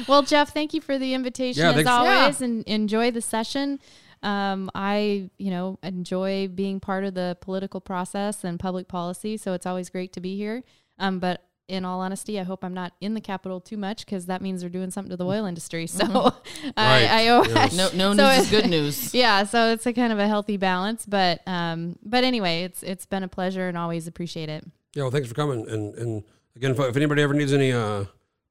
Speaker 4: Well, Jeff, thank you for the invitation
Speaker 2: Yeah,
Speaker 4: as
Speaker 2: thanks-
Speaker 4: always, and enjoy the session. Um, I, you know, enjoy being part of the political process and public policy, so it's always great to be here. Um, but in all honesty, I hope I'm not in the Capitol too much because that means they're doing something to the oil industry. So I,
Speaker 2: Right.
Speaker 4: I, owe
Speaker 2: Yes.
Speaker 3: Mm-hmm. No, no
Speaker 4: So
Speaker 3: news
Speaker 4: it-
Speaker 3: is good news.
Speaker 4: yeah, so it's a kind of a healthy balance. But um, but anyway, it's it's been a pleasure and always appreciate it.
Speaker 2: well, thanks for coming. And and again, if, if anybody ever needs any uh,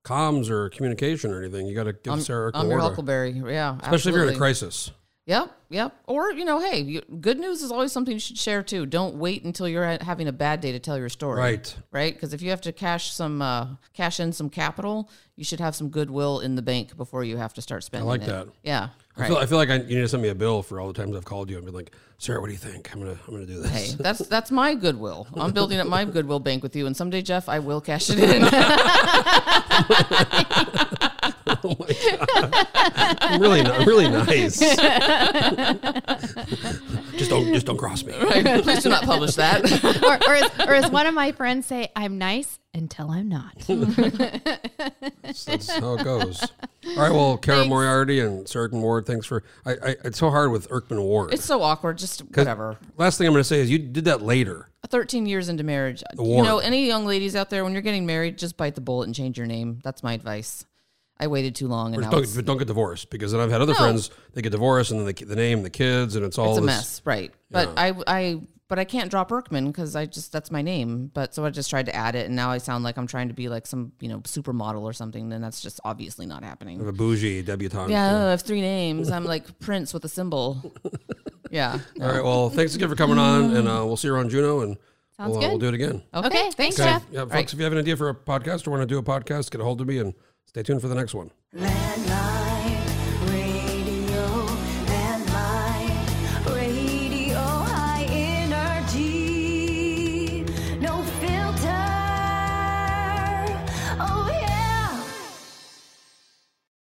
Speaker 2: comms or communication or anything, you got to give
Speaker 3: I'm,
Speaker 2: Sarah a
Speaker 3: I'm your
Speaker 2: call.
Speaker 3: Huckleberry. Yeah.
Speaker 2: Especially if you're in a
Speaker 3: absolutely.
Speaker 2: crisis.
Speaker 3: Yep, yep. Or you know, hey, you, good news is always something you should share too. Don't wait until you're at- having a bad day to tell your story.
Speaker 2: Right.
Speaker 3: right. Because if you have to cash some, uh, cash in some capital, you should have some goodwill in the bank before you have to start spending.
Speaker 2: like
Speaker 3: it.
Speaker 2: that.
Speaker 3: Yeah,
Speaker 2: I
Speaker 3: right.
Speaker 2: feel, I feel like I, you need to send me a bill for all the times I've called you and been like, Sarah, what do you think? I'm gonna I'm gonna do this.
Speaker 3: Hey, that's that's my goodwill. I'm building up my goodwill bank with you, and someday, Jeff, I will cash it in.
Speaker 2: Oh I'm really, I'm really nice. just don't, just don't cross me.
Speaker 3: Please do not publish that.
Speaker 4: or, or, as, or as one of my friends say, I'm nice until I'm not.
Speaker 2: That's, that's how it goes. All right. Well, Kara Moriarty and Sir Erkman Ward, thanks for. I, I, it's so hard with Erkman Ward.
Speaker 3: It's so awkward. Just whatever.
Speaker 2: Last thing I'm going to say is you did that later.
Speaker 3: 13 years into marriage. You
Speaker 2: warrant.
Speaker 3: know, any young ladies out there, when you're getting married, just bite the bullet and change your name. That's my advice. I waited too long and
Speaker 2: But
Speaker 3: now
Speaker 2: don't,
Speaker 3: it's,
Speaker 2: but don't get divorced because then I've had other friends they get divorced and then the, the name, the kids, and it's all
Speaker 3: it's a
Speaker 2: this.
Speaker 3: mess. Right. But I, I, but I can't drop Erkman because I just, that's my name. But so I just tried to add it and now I sound like I'm trying to be like some, you know, supermodel or something. And that's just obviously not happening.
Speaker 2: of a bougie debutante.
Speaker 3: Yeah. oh, I have three names. I'm like Prince with a symbol. Yeah.
Speaker 2: All right. Well, thanks again for coming on, and uh, we'll see you around Juno, and
Speaker 4: Sounds
Speaker 2: we'll, uh, we'll
Speaker 4: good.
Speaker 2: do it again.
Speaker 3: Okay.
Speaker 4: Okay, thanks,
Speaker 2: Okay.
Speaker 4: Jeff.
Speaker 2: Yeah, folks, if you have an idea for a podcast or want to do a podcast, get a hold of me and stay tuned for the next one.
Speaker 1: Landline. Oh,